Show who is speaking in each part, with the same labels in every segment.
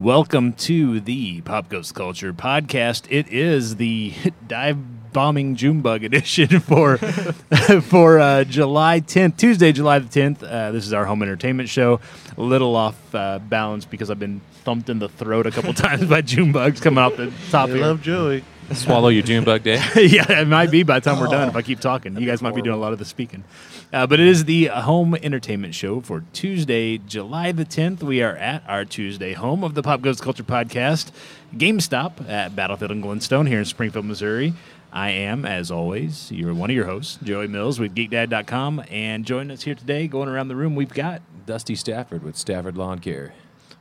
Speaker 1: Welcome to the Pop Ghost Culture podcast. It is the dive bombing Junebug edition for for uh, July 10th, Tuesday, July the 10th. Uh, this is our home entertainment show. A little off uh, balance because I've been thumped in the throat a couple times by Junebugs coming off the top.
Speaker 2: I
Speaker 1: here.
Speaker 2: love Joey.
Speaker 3: Swallow your Junebug Day.
Speaker 1: yeah, it might be by the time we're done if I keep talking. You guys might be doing a lot of the speaking. Uh, but it is the home entertainment show for Tuesday, July the 10th. We are at our Tuesday home of the Pop Goes the Culture podcast, GameStop at Battlefield and Glenstone here in Springfield, Missouri. I am, as always, you're one of your hosts, Joey Mills with GeekDad.com. And joining us here today, going around the room, we've got
Speaker 3: Dusty Stafford with Stafford Lawn Care.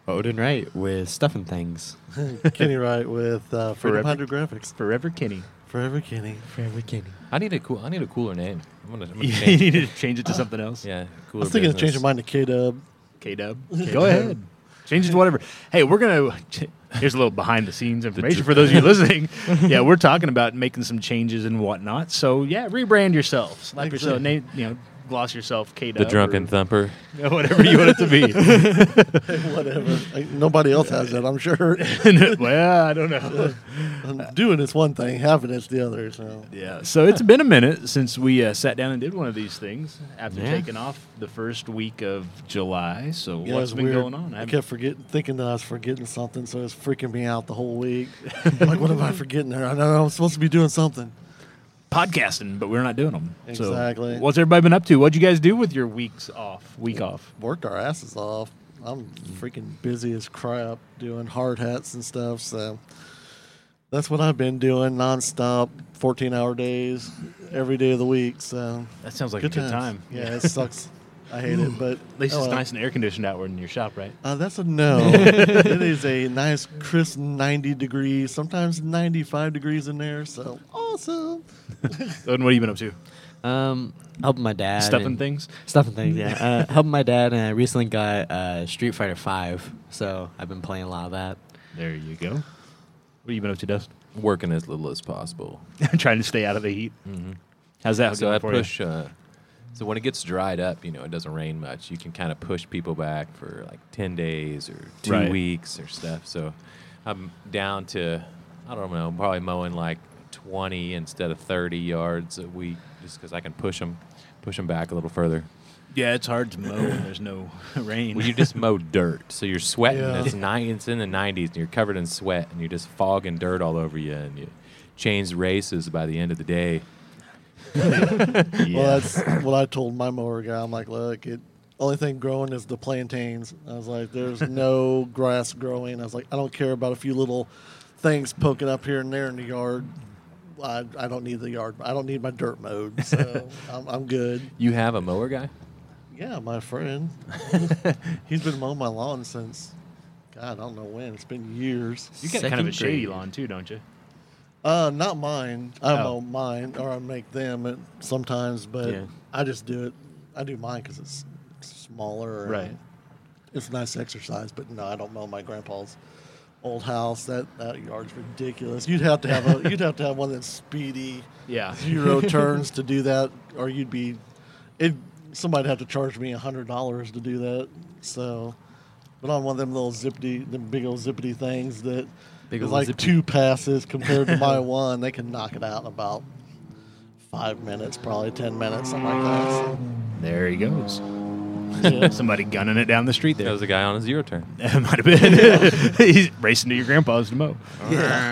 Speaker 4: Odin Wright with Stuff and Things.
Speaker 2: Kenny Wright with uh, Freedom
Speaker 1: Forever.
Speaker 2: Hunter Graphics.
Speaker 1: Forever Kenny.
Speaker 2: Forever Kenny.
Speaker 4: Forever Kenny.
Speaker 3: I need a cool. I need a cooler name. I'm gonna, I'm gonna
Speaker 1: you
Speaker 3: change.
Speaker 1: need to change it to something else.
Speaker 3: Yeah,
Speaker 2: I
Speaker 3: cooler.
Speaker 2: was thinking of
Speaker 3: business.
Speaker 2: changing mine to K Dub.
Speaker 1: K Dub. Go ahead. Change it to whatever. Hey, we're going to. Here's a little behind the scenes information for those of you listening. Yeah, we're talking about making some changes and whatnot. So, yeah, rebrand yourself. Slap yourself.
Speaker 2: Exactly.
Speaker 1: Name, you know, gloss yourself K
Speaker 3: The
Speaker 1: Dub.
Speaker 3: drunken thumper.
Speaker 1: Whatever you want it to be.
Speaker 2: Whatever. Like, nobody else has that, I'm sure.
Speaker 1: well, I don't know.
Speaker 2: Doing is one thing, having it's the other. So
Speaker 1: Yeah. So, it's been a minute since we uh, sat down and did one of these things after
Speaker 4: Yeah.
Speaker 1: taking off the first week of July. So,
Speaker 2: Yeah,
Speaker 1: what's
Speaker 2: it's
Speaker 1: been
Speaker 2: weird.
Speaker 1: going on?
Speaker 2: I,
Speaker 1: haven't-
Speaker 2: kept forgetting, thinking that I was forgetting something, so it's freaking me out the whole week. like, what am I forgetting there? I know I'm supposed to be doing something.
Speaker 1: podcasting, but we're not doing them.
Speaker 2: Exactly.
Speaker 1: So, what's everybody been up to? What'd you guys do with your weeks off? Week off.
Speaker 2: Worked our asses off. I'm
Speaker 1: Mm-hmm.
Speaker 2: freaking busy as crap doing hard hats and stuff. So that's what I've been doing nonstop, 14 hour days, every day of the week. So
Speaker 1: That sounds like
Speaker 2: times. Yeah, it sucks. I hate it, but
Speaker 1: At least
Speaker 2: oh
Speaker 1: it's
Speaker 2: well.
Speaker 1: nice and air conditioned out in your shop, right?
Speaker 2: Uh, that's a no. it is a nice crisp 90 degrees, sometimes 95 degrees in there. So awesome.
Speaker 1: And what have you been up to?
Speaker 4: Um, helping my dad.
Speaker 1: Stuffing
Speaker 4: and-
Speaker 1: things?
Speaker 4: Stuffing things. Yeah, uh, helping my dad, and I recently got uh, Street Fighter Five, so I've been playing a lot of that.
Speaker 1: There you go. What have you been up to, Dust?
Speaker 3: Working as little as possible.
Speaker 1: I'm trying to stay out of the heat.
Speaker 3: Mhm.
Speaker 1: How's that
Speaker 3: So
Speaker 1: going
Speaker 3: I
Speaker 1: for
Speaker 3: push. Uh, so when it gets dried up, you know, it doesn't rain much. You can kind of push people back for like ten days or two
Speaker 1: Right.
Speaker 3: weeks or stuff. So I'm down to, I don't know, probably mowing like twenty instead of thirty yards a week, just because I can push them, push them back a little further.
Speaker 1: you? Yeah, it's hard to mow when there's no rain.
Speaker 3: Well, you just mow dirt, so you're sweating.
Speaker 2: Yeah.
Speaker 3: It's nine. It's in the 90s, and you're covered in sweat, and you're just fogging dirt all over you, and you change races by the end of the day.
Speaker 1: yeah.
Speaker 2: Well, that's what I told my mower guy. I'm like, look, it only thing growing is the plantains. I was like, there's no grass growing. I was like, I don't care about a few little things poking up here and there in the yard. I, I don't need the yard. I don't need my dirt mowed, so I'm, I'm good.
Speaker 3: You have a mower guy?
Speaker 2: Yeah, my friend. He's been mowing my lawn since, God, I don't know when. It's been years.
Speaker 1: you got kind of a
Speaker 4: second
Speaker 1: shady
Speaker 4: grade.
Speaker 1: lawn too, don't you?
Speaker 2: Uh, not mine. I
Speaker 1: Oh.
Speaker 2: mow mine, or I make them at- sometimes, but
Speaker 4: Yeah.
Speaker 2: I just do it. I do mine because it's smaller. and
Speaker 1: Right.
Speaker 2: It's nice exercise, but no, I don't mow my grandpa's old house. That that yard's ridiculous. You'd have to have a you'd have to have one that's speedy,
Speaker 1: Yeah.
Speaker 2: zero turns to do that, or you'd be, it somebody'd have to charge me a hundred dollars to do that. So, but on one of them little zippity, them big old zippity things that
Speaker 4: Big
Speaker 2: is
Speaker 4: ol'
Speaker 2: like
Speaker 4: zippity.
Speaker 2: two passes compared to my one, they can knock it out in about five minutes, probably ten minutes, something like that.
Speaker 1: There he goes.
Speaker 2: So, yeah.
Speaker 1: Somebody gunning it down the street
Speaker 3: That
Speaker 1: there.
Speaker 3: was a guy on a zero turn.
Speaker 1: It might have been. He's racing to your grandpa's to mow.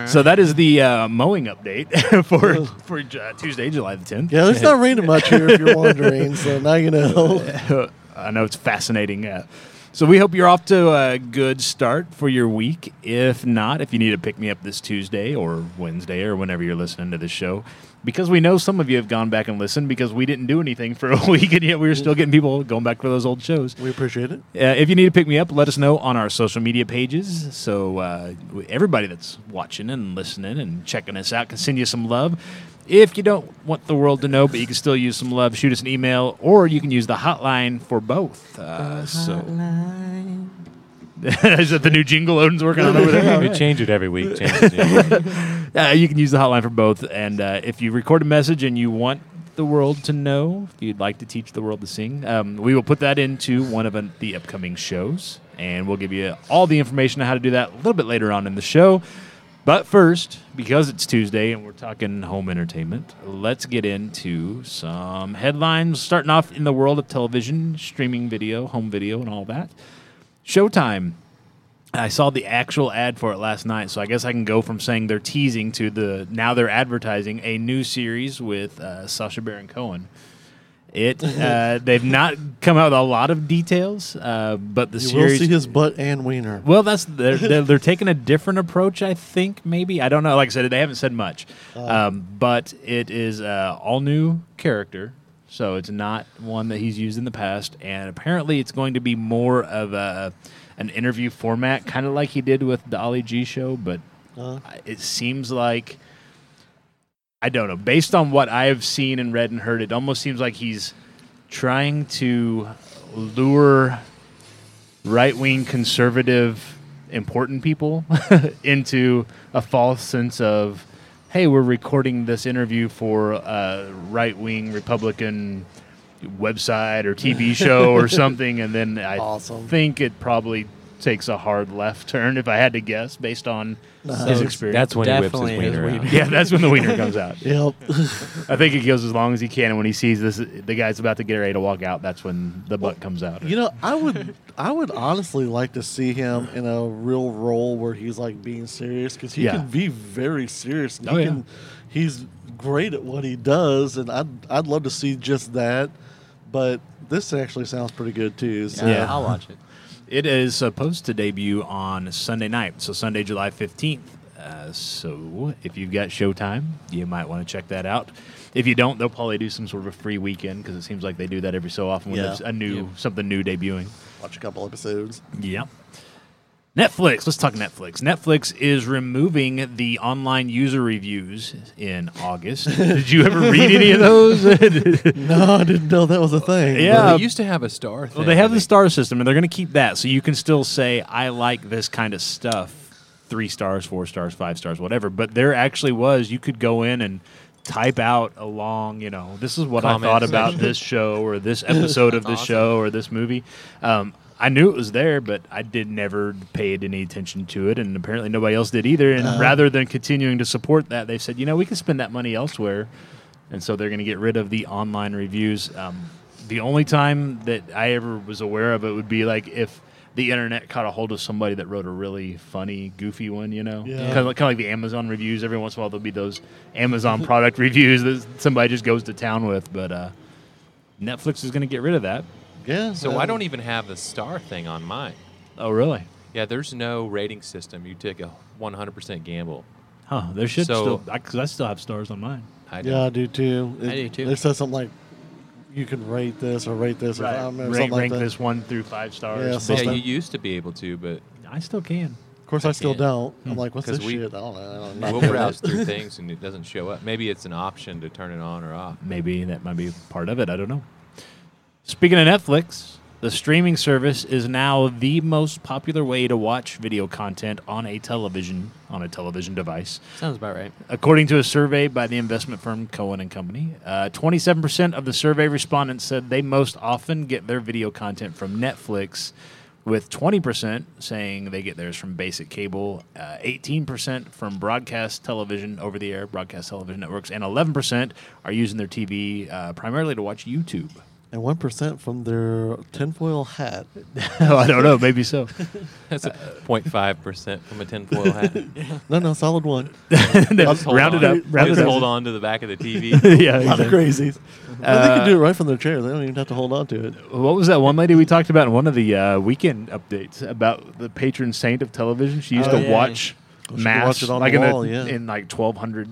Speaker 1: So that is the uh, mowing update for for uh, Tuesday, July the tenth.
Speaker 2: Yeah, there's not raining much here if you're wondering, so now you know.
Speaker 1: I know it's fascinating. Uh, so we hope you're off to a good start for your week. If not, if you need to pick me up this Tuesday or Wednesday or whenever you're listening to this show, because we know some of you have gone back and listened because we didn't do anything for a week and yet we were still getting people going back for those old shows.
Speaker 2: We appreciate it.
Speaker 1: Uh, if you need to pick me up, let us know on our social media pages. So uh, w- everybody that's watching and listening and checking us out can send you some love. If you don't want the world to know, but you can still use some love, shoot us an email, or you can use the hotline for both. Uh, so is that the new jingle Odin's working on over there?
Speaker 3: You change it every week. Change it. yeah.
Speaker 1: Uh, you can use the hotline for both. And uh, if you record a message and you want the world to know, if you'd like to teach the world to sing, um, we will put that into one of an, the upcoming shows. And we'll give you all the information on how to do that a little bit later on in the show. But first, because it's Tuesday and we're talking home entertainment, let's get into some headlines, starting off in the world of television, streaming video, home video, and all that. Showtime. I saw the actual ad for it last night, so I guess I can go from saying they're teasing to the now they're advertising a new series with uh, Sasha Baron Cohen. It uh, they've not come out with a lot of details, uh, but the
Speaker 2: You will
Speaker 1: series
Speaker 2: see his butt and wiener.
Speaker 1: well, that's they're, they're, they're taking a different approach, I think. Maybe I don't know. Like I said, they haven't said much, um, but it is uh, all new character, so it's not one that he's used in the past. And apparently, it's going to be more of a an interview format, kind of like he did with the Ollie G show. But
Speaker 2: Uh,
Speaker 1: I- it seems like I don't know. Based on what I have seen and read and heard, it almost seems like he's trying to lure right wing conservative important people into a false sense of, hey, we're recording this interview for a right wing Republican website or TV show or something. And then I
Speaker 2: Awesome.
Speaker 1: think it probably takes a hard left turn, if I had to guess, based on his
Speaker 4: it's-
Speaker 1: experience.
Speaker 3: That's when he whips his
Speaker 4: Definitely his
Speaker 3: wiener out.
Speaker 4: wiener.
Speaker 1: yeah, that's when the wiener comes out.
Speaker 2: yep.
Speaker 1: I think he goes as long as he can, and when he sees this, the guy's about to get ready to walk out. That's when the butt comes out.
Speaker 2: You know, I would, I would honestly like to see him in a real role where he's like being serious because he
Speaker 1: Yeah.
Speaker 2: can be very serious. And
Speaker 1: Oh,
Speaker 2: he
Speaker 1: yeah.
Speaker 2: can, he's great at what he does, and I'd, I'd love to see just that. But this actually sounds pretty good too. So.
Speaker 1: Yeah.
Speaker 4: I'll watch it.
Speaker 1: It is supposed to debut on Sunday night, so Sunday, July 15th. Uh, so if you've got Showtime, you might want to check that out. If you don't, they'll probably do some sort of a free weekend because it seems like they do that every so often when
Speaker 2: Yeah.
Speaker 1: there's a new something new debuting.
Speaker 2: watch a couple episodes.
Speaker 1: Yep. Netflix. Let's talk Netflix. Netflix is removing the online user reviews in August. Did you ever read any of those?
Speaker 2: No, I didn't know that was a thing.
Speaker 1: Yeah.
Speaker 3: Well, they used to have a star thing.
Speaker 1: Well, they have
Speaker 3: I
Speaker 1: the
Speaker 3: think.
Speaker 1: star system, and they're going to keep that, so you can still say I like this kind of stuff. Three stars, four stars, five stars, whatever. But there actually was you could go in and type out a long, you know, this is what
Speaker 3: Comment
Speaker 1: I thought about
Speaker 3: section.
Speaker 1: this show or this episode of this
Speaker 3: Awesome.
Speaker 1: show or this movie. Um, I knew it was there, but I did never paid any attention to it, and apparently nobody else did either. And rather than continuing to support that, they said, you know, we can spend that money elsewhere, and so they're going to get rid of the online reviews. Um, the only time that I ever was aware of it would be like if the internet caught a hold of somebody that wrote a really funny, goofy one, you know,
Speaker 2: Yeah.
Speaker 1: kind of like, kind of like the Amazon reviews. Every once in a while, there'll be those Amazon product reviews that somebody just goes to town with, but. Uh, Netflix is going to get rid of that.
Speaker 2: Yeah.
Speaker 3: So
Speaker 2: uh,
Speaker 3: I don't even have the star thing on mine.
Speaker 1: Oh, really?
Speaker 3: Yeah, there's no rating system. You take a 100% gamble.
Speaker 1: Huh? There should
Speaker 3: So-
Speaker 1: still because I, still have stars on mine.
Speaker 3: I don't-
Speaker 2: Yeah, I do too.
Speaker 4: I do, too.
Speaker 2: They said something like, "You can rate this or rate this." Or I remember
Speaker 1: Rank,
Speaker 2: something like
Speaker 1: rank
Speaker 2: that.
Speaker 1: this one through five
Speaker 2: Yeah,
Speaker 1: stars.
Speaker 2: so-
Speaker 3: yeah,
Speaker 2: Something.
Speaker 3: you used to be able to, but
Speaker 1: I still can.
Speaker 2: Of course, I, still
Speaker 3: can't.
Speaker 2: don't. I'm like, "What's
Speaker 3: 'Cause
Speaker 2: this
Speaker 3: we-
Speaker 2: shit?" I don't know. I don't know.
Speaker 3: we'll browse through things and it doesn't show up. Maybe it's an option to turn it on or off.
Speaker 1: Maybe that might be part of it. I don't know. Speaking of Netflix, the streaming service is now the most popular way to watch video content on a television on a television device.
Speaker 4: Sounds about right.
Speaker 1: According to a survey by the investment firm Cohen and Company, uh, 27% of the survey respondents said they most often get their video content from Netflix, with 20% saying they get theirs from basic cable, uh, 18% from broadcast television, over the air broadcast television networks, and 11% are using their TV uh, primarily to watch YouTube.
Speaker 2: and one percent from their tinfoil hat.
Speaker 1: Oh, I don't know, maybe so.
Speaker 3: That's a 0.5% from a tinfoil hat.
Speaker 2: No, no, solid one.
Speaker 3: Just hold
Speaker 1: round it
Speaker 3: on.
Speaker 1: up. Round
Speaker 3: Just
Speaker 1: it
Speaker 3: hold
Speaker 1: up.
Speaker 3: on to the back of the TV.
Speaker 1: Yeah,
Speaker 2: A lot of
Speaker 1: exactly.
Speaker 2: crazies. But
Speaker 1: Uh,
Speaker 2: they can do it right from their chair. They don't even have to hold on to it.
Speaker 1: What was that one lady we talked about in one of the uh, weekend updates about the patron saint of television? She used
Speaker 4: Oh,
Speaker 1: to
Speaker 4: yeah.
Speaker 1: watch
Speaker 2: Well, she
Speaker 1: mass,
Speaker 2: watched it on
Speaker 1: like
Speaker 2: the
Speaker 1: in,
Speaker 2: wall,
Speaker 1: the,
Speaker 2: yeah.
Speaker 1: in like twelve hundred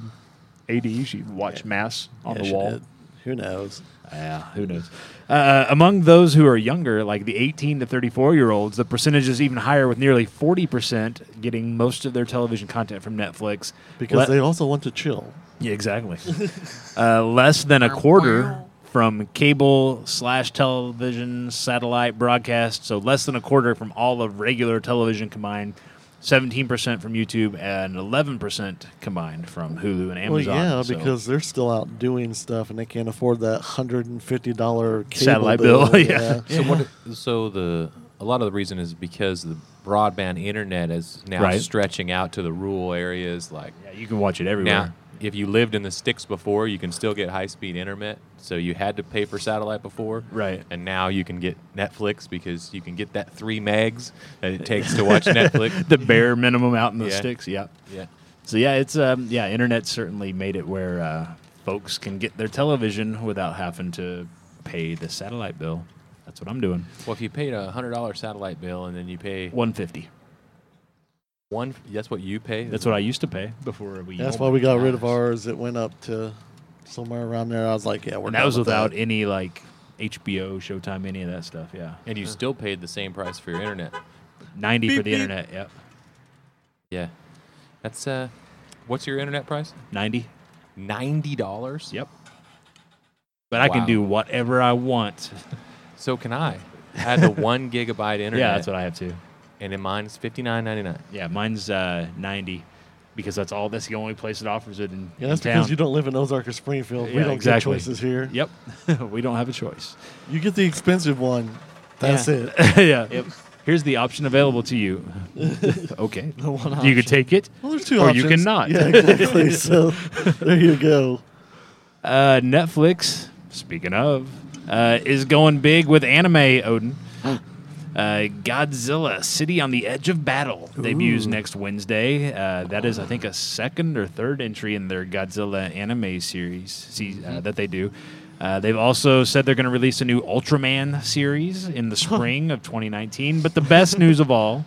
Speaker 1: AD. She watched mass on
Speaker 2: Yeah,
Speaker 1: the
Speaker 2: she
Speaker 1: wall.
Speaker 2: did. Who knows?
Speaker 1: Yeah, who knows? Uh, among those who are younger, like the 18 to 34 year olds, the percentage is even higher, with nearly 40% getting most of their television content from Netflix.
Speaker 2: Because
Speaker 1: Let-
Speaker 2: they also want to chill.
Speaker 1: yeah, exactly. uh, less than a quarter from cable slash television, satellite broadcast. So less than a quarter from all of regular television combined. Seventeen percent from YouTube and eleven percent combined from Hulu and
Speaker 2: Well,
Speaker 1: Amazon.
Speaker 2: yeah,
Speaker 1: So
Speaker 2: because they're still out doing stuff and they can't afford that hundred and fifty dollar
Speaker 1: Satellite bill, yeah.
Speaker 3: so what? So the a lot of the reason is because the broadband internet is now
Speaker 1: Right.
Speaker 3: stretching out to the rural areas. Like
Speaker 1: Yeah, you can watch it everywhere.
Speaker 3: now, if you lived in the sticks before, you can still get high speed internet. So you had to pay for satellite before,
Speaker 1: Right.
Speaker 3: And now you can get Netflix because you can get that three megs that it takes to watch Netflix.
Speaker 1: the bare minimum out in the
Speaker 3: Yeah.
Speaker 1: sticks. Yeah.
Speaker 3: Yeah.
Speaker 1: So yeah, it's um, yeah, internet certainly made it where uh, folks can get their television without having to pay the satellite bill. That's what I'm doing.
Speaker 3: Well, if you paid a hundred dollar satellite bill and then you pay
Speaker 1: 150.
Speaker 3: one, that's what you pay.
Speaker 1: That's what I used to pay before we.
Speaker 2: That's why we got rid of ours. It went up to somewhere around there. I was like, yeah, we're
Speaker 1: And that was
Speaker 2: done with
Speaker 1: without any like HBO, Showtime, any of that stuff. Yeah,
Speaker 3: and you still paid the same price for your internet.
Speaker 1: 90 for
Speaker 2: Beep,
Speaker 1: the
Speaker 2: beep.
Speaker 1: internet. Yep,
Speaker 3: Yeah. That's uh, what's your internet price?
Speaker 1: 90.
Speaker 3: Ninety dollars.
Speaker 1: Yep. But I can
Speaker 3: Wow.
Speaker 1: do whatever I want.
Speaker 3: So can I. I had the one gigabyte internet.
Speaker 1: Yeah, that's what I have too.
Speaker 3: And in mine is fifty nine ninety nine.
Speaker 1: Yeah, mine's uh, 90 because that's all. That's the only place that offers it in,
Speaker 2: Yeah, that's
Speaker 1: in
Speaker 2: because
Speaker 1: town.
Speaker 2: you don't live in Ozark or Springfield. we
Speaker 1: Yeah,
Speaker 2: don't
Speaker 1: exactly.
Speaker 2: get choices here.
Speaker 1: Yep, we don't have a choice.
Speaker 2: You get the expensive one. That's
Speaker 4: Yeah.
Speaker 2: it.
Speaker 1: yeah. Here's the option available to you. okay.
Speaker 4: The one
Speaker 1: You could take it.
Speaker 2: Well, there's two
Speaker 1: Or you
Speaker 2: options.
Speaker 1: cannot.
Speaker 2: Yeah, exactly. so uh, there you go.
Speaker 1: Uh, Netflix, speaking of, uh, is going big with anime, Odin. Uh, Godzilla, City on the Edge of Battle, debuts next Wednesday. Uh, that is, I think, a second or third entry in their Godzilla anime series see, uh, that they do. Uh, they've also said they're going to release a new Ultraman series in the spring of 2019. But the best news of all,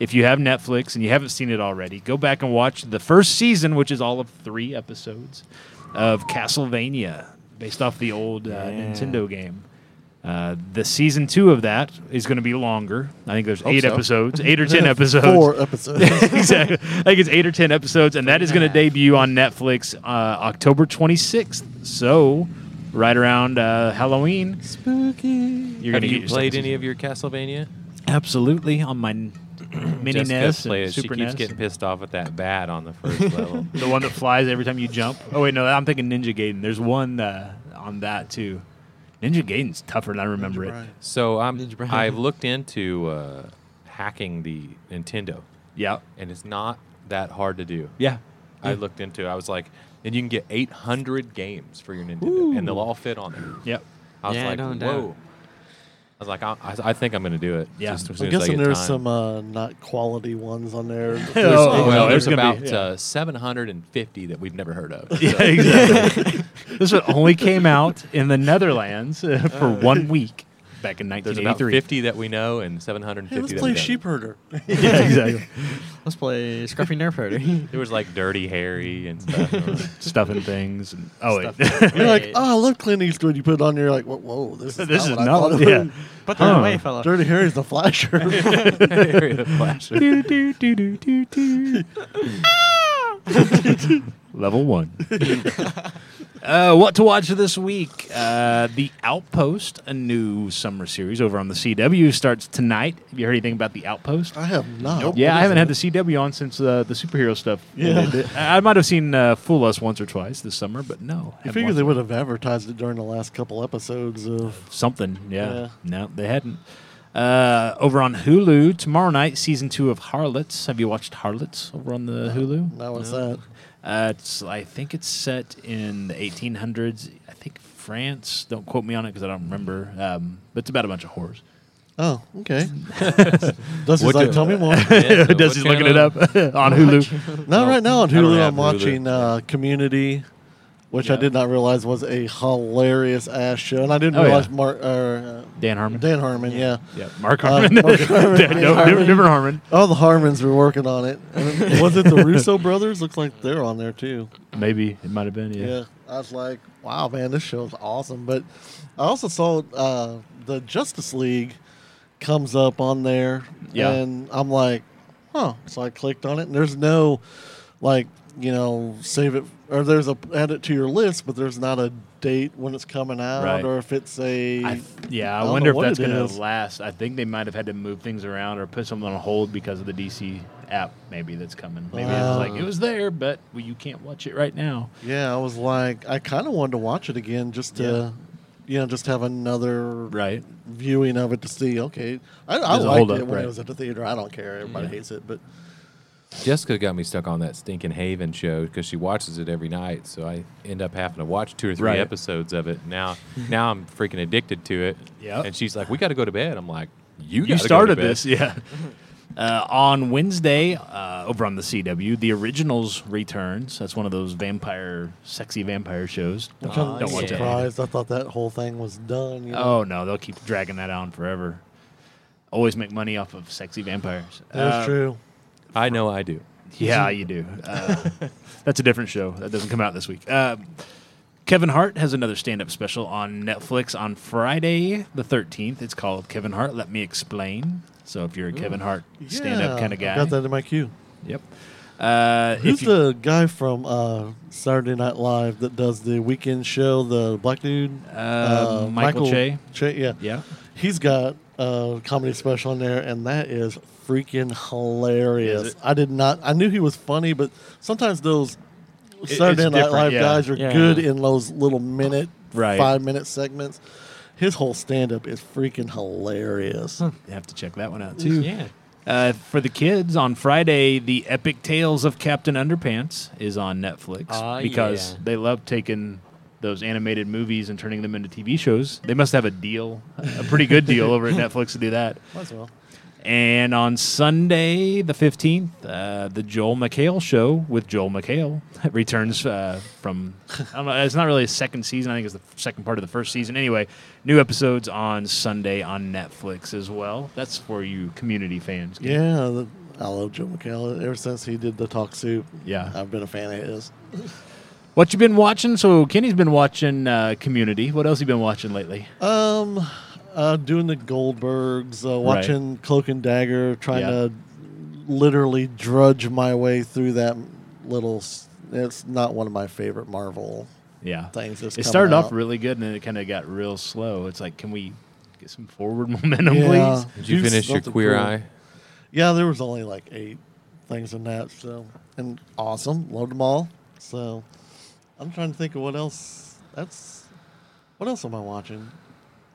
Speaker 1: if you have Netflix and you haven't seen it already, go back and watch the first season, which is all of three episodes of Castlevania, based off the old uh, Nintendo game. Uh, the season two of that is going to be longer. I think there's eight
Speaker 2: so.
Speaker 1: episodes, eight or ten episodes.
Speaker 2: Four episodes.
Speaker 1: exactly. I think it's eight or ten episodes, and that is going to debut on Netflix uh, October 26th. So, right around uh, Halloween,
Speaker 4: Spooky.
Speaker 1: you're going
Speaker 3: Have
Speaker 1: to
Speaker 3: you
Speaker 1: get
Speaker 3: played any of your Castlevania?
Speaker 1: Absolutely, on my n- mini
Speaker 3: Jessica
Speaker 1: NES,
Speaker 3: played
Speaker 1: and
Speaker 3: it. She
Speaker 1: uh, Super
Speaker 3: keeps
Speaker 1: NES,
Speaker 3: getting pissed off at that bat on the first level.
Speaker 1: the one that flies every time you jump. Oh wait, no, I'm thinking Ninja Gaiden. There's one uh, on that too. Ninja Gaiden's tougher than I remember it.
Speaker 2: Right.
Speaker 3: So I'm,
Speaker 4: Ninja Brown.
Speaker 3: I've looked into uh, hacking the Nintendo,
Speaker 1: Yeah,
Speaker 3: and it's not that hard to do.
Speaker 1: yeah.
Speaker 3: I looked into. it. I was like, and you can get 800 games for your Nintendo, and they'll all fit on there.
Speaker 1: Yep.
Speaker 3: I was
Speaker 4: Yeah, I
Speaker 3: like,
Speaker 4: don't doubt.
Speaker 3: whoa. I was like, I, I, I think I'm gonna do it.
Speaker 1: Yeah.
Speaker 3: just as
Speaker 2: I'm
Speaker 3: soon as I
Speaker 2: guessing
Speaker 3: get
Speaker 2: there's
Speaker 3: time.
Speaker 2: some uh, not quality ones on there.
Speaker 1: Oh,
Speaker 2: There's-
Speaker 1: oh,
Speaker 3: well,
Speaker 1: no,
Speaker 3: there's
Speaker 1: there's gonna
Speaker 3: about
Speaker 1: be- yeah.
Speaker 3: uh, 750 that we've never heard of.
Speaker 1: Yeah,
Speaker 3: So-
Speaker 1: exactly. this one only came out in the Netherlands uh, for one week back in
Speaker 3: There's
Speaker 4: E
Speaker 3: about
Speaker 1: 1983.
Speaker 3: 50 that we know and 750
Speaker 2: Hey, let's
Speaker 3: that
Speaker 2: play
Speaker 3: we don't.
Speaker 2: sheep herder.
Speaker 1: yeah, exactly.
Speaker 4: Let's play Scruffy Nerf Herder.
Speaker 3: There was like Dirty Harry and stuff.
Speaker 1: Stuffing things. And, oh, wait.
Speaker 2: You're like,
Speaker 4: Right.
Speaker 2: oh, I love Clint Eastwood. You put it on, you're like, whoa, whoa this is
Speaker 1: this is
Speaker 2: not what I thought
Speaker 1: not.
Speaker 2: it
Speaker 1: Yeah.
Speaker 2: was.
Speaker 4: Put that
Speaker 1: Huh.
Speaker 4: away, fella.
Speaker 2: Dirty Harry's the flasher.
Speaker 3: Harry the Flasher.
Speaker 1: Do, do, do, do, do, do. Level one. uh, what to watch this week? Uh, the Outpost, a new summer series over on the CW, starts tonight. Have you heard anything about The Outpost?
Speaker 2: I have not.
Speaker 1: Yeah, I haven't had
Speaker 2: to.
Speaker 1: the CW on since uh, the superhero stuff.
Speaker 2: Yeah.
Speaker 1: ended. I I might have seen uh, Fool Us once or twice this summer, but no.
Speaker 2: You
Speaker 1: haven't
Speaker 2: figure
Speaker 1: watched
Speaker 2: they
Speaker 1: it.
Speaker 2: would have advertised it during the last couple episodes of
Speaker 1: something. Yeah.
Speaker 2: Yeah.
Speaker 1: No, they hadn't. Uh, over on Hulu tomorrow night, season two of Harlots. Have you watched Harlots over on the Hulu?
Speaker 2: now it's that.
Speaker 1: Uh, it's, I think it's set in the 1800s. I think France. Don't quote me on it because I don't remember. Um, but it's about a bunch of whores.
Speaker 2: Oh, okay. Does
Speaker 3: What
Speaker 2: like
Speaker 3: do-
Speaker 2: tell me more?
Speaker 3: Yeah, so
Speaker 1: Desi's
Speaker 3: what
Speaker 1: looking it
Speaker 3: channel?
Speaker 1: up on Hulu.
Speaker 2: Not right now on
Speaker 3: I don't
Speaker 2: Hulu.
Speaker 3: have
Speaker 2: I'm watching
Speaker 3: Hulu.
Speaker 2: Uh, Community, which I
Speaker 1: Yeah.
Speaker 2: did not realize was a hilarious ass show, and I didn't
Speaker 1: Oh, yeah.
Speaker 2: realize Mark or
Speaker 1: Dan
Speaker 2: uh,
Speaker 1: Harmon.
Speaker 2: Dan Harmon. Yeah.
Speaker 1: Yeah, Mark
Speaker 2: Uh,
Speaker 1: Harmon.
Speaker 2: Mark Harmon,
Speaker 1: Dan-
Speaker 2: Dan
Speaker 1: no,
Speaker 2: Harmon.
Speaker 1: different, different Harmon.
Speaker 2: All the Harmons were working on it. And was it the Russo brothers? Looks like they're on there too.
Speaker 1: Maybe it might have been.
Speaker 2: Yeah.
Speaker 1: Yeah.
Speaker 2: I was like, wow, man, this show's awesome. But I also saw uh, the Justice League comes up on there.
Speaker 1: Yeah.
Speaker 2: And I'm like, huh. So I clicked on it, and there's no, like, you know, save it, or there's a add it to your list, but there's not a date when it's coming out,
Speaker 1: Right.
Speaker 2: or if it's a.
Speaker 1: I, yeah,
Speaker 2: I
Speaker 1: I
Speaker 2: don't
Speaker 1: wonder
Speaker 2: know
Speaker 1: if
Speaker 2: what
Speaker 1: that's
Speaker 2: it
Speaker 1: going to
Speaker 2: is.
Speaker 1: last. I think they might have had to move things around or put something on hold because of the DC app. Maybe that's coming. Maybe
Speaker 2: Wow.
Speaker 1: it's like it was there, but well, you can't watch it right now.
Speaker 2: yeah, I was like, I kind of wanted to watch it again just to. you know just have another
Speaker 1: Right.
Speaker 2: viewing of it to see. Okay, I, I
Speaker 1: Does it
Speaker 2: liked
Speaker 1: hold up,
Speaker 2: it when
Speaker 1: right.
Speaker 2: it was at the theater. I don't care. Everybody hates it, but
Speaker 3: Jessica got me stuck on that stinking Haven show because she watches it every night. So I end up having to watch two or three
Speaker 1: Right.
Speaker 3: episodes of it. Now, now I'm freaking addicted to it.
Speaker 1: Yep.
Speaker 3: And she's like, "We got to go to bed." I'm like,
Speaker 1: You
Speaker 3: "You, gotta go to
Speaker 1: started
Speaker 3: bed."
Speaker 1: this, yeah. Uh, on Wednesday, uh, over on the CW, The Originals returns. That's one of those vampire, sexy vampire shows.
Speaker 2: I'm
Speaker 1: Don't,
Speaker 2: kind
Speaker 1: don't
Speaker 2: of
Speaker 1: watch it.
Speaker 2: surprised. I thought that whole thing was done. You know?
Speaker 1: Oh no, they'll keep dragging that on forever. Always make money off of sexy vampires.
Speaker 2: that's
Speaker 1: Uh,
Speaker 2: true.
Speaker 3: I know I do.
Speaker 1: Yeah, you do. Uh, that's a different show that doesn't come out this week. Uh, Kevin Hart has another stand-up special on Netflix on Friday the thirteenth. It's called Kevin Hart. Let me explain. So if you're a Kevin Hart stand-up
Speaker 2: Yeah,
Speaker 1: kind of
Speaker 2: I've
Speaker 1: guy,
Speaker 2: Got that in my queue.
Speaker 1: Yep. Uh, if
Speaker 2: Who's
Speaker 1: you-
Speaker 2: the guy from uh, Saturday Night Live that does the weekend show? The black dude,
Speaker 1: Uh, Michael Che?
Speaker 2: yeah,
Speaker 1: Yeah.
Speaker 2: He's got a comedy special on there, and that is freaking hilarious.
Speaker 1: Is it?
Speaker 2: I did not. I knew he was funny, but sometimes those
Speaker 1: it's
Speaker 2: Saturday Night
Speaker 1: different,
Speaker 2: Live
Speaker 1: yeah.
Speaker 2: guys are
Speaker 4: Yeah.
Speaker 2: good in those little minute,
Speaker 1: Right.
Speaker 2: five minute segments. His whole stand up is freaking hilarious.
Speaker 1: You have to check that one out too.
Speaker 3: Yeah.
Speaker 1: Uh, for the kids, on Friday, the epic tales of Captain Underpants is on Netflix
Speaker 4: Ah,
Speaker 1: because
Speaker 4: yeah.
Speaker 1: they love taking those animated movies and turning them into TV shows. They must have a deal, a pretty good deal over at Netflix to do that.
Speaker 2: Might as well.
Speaker 1: And on Sunday, the 15th, uh, the Joel McHale show with Joel McHale returns uh, from, I don't know, it's not really a second season. I think it's the second part of the first season. Anyway, new episodes on Sunday on Netflix as well. That's for you community fans. Gabe.
Speaker 2: Yeah, the, I love Joe McHale. Ever since he did the Talk Soup,
Speaker 1: Yeah.
Speaker 2: I've been a fan of his.
Speaker 1: What you been watching? So Kenny's been watching uh, Community. What else you been watching lately?
Speaker 2: Um, uh, doing the Goldbergs, uh, watching Cloak and Dagger, trying
Speaker 1: Yeah.
Speaker 2: to literally drudge my way through that little. s- It's not one of my favorite Marvel
Speaker 1: Yeah.
Speaker 2: things. that's
Speaker 1: It
Speaker 2: coming
Speaker 1: started off
Speaker 2: out.
Speaker 1: really good and then it kind of got real slow. It's like, can we get some forward momentum,
Speaker 2: Yeah.
Speaker 1: please?
Speaker 3: Did you
Speaker 2: Do
Speaker 3: finish your
Speaker 2: something
Speaker 3: queer
Speaker 2: cool.
Speaker 3: eye?
Speaker 2: Yeah, there was only like eight things in that. So and awesome, loved them all. So I'm trying to think of what else. That's what else am I watching?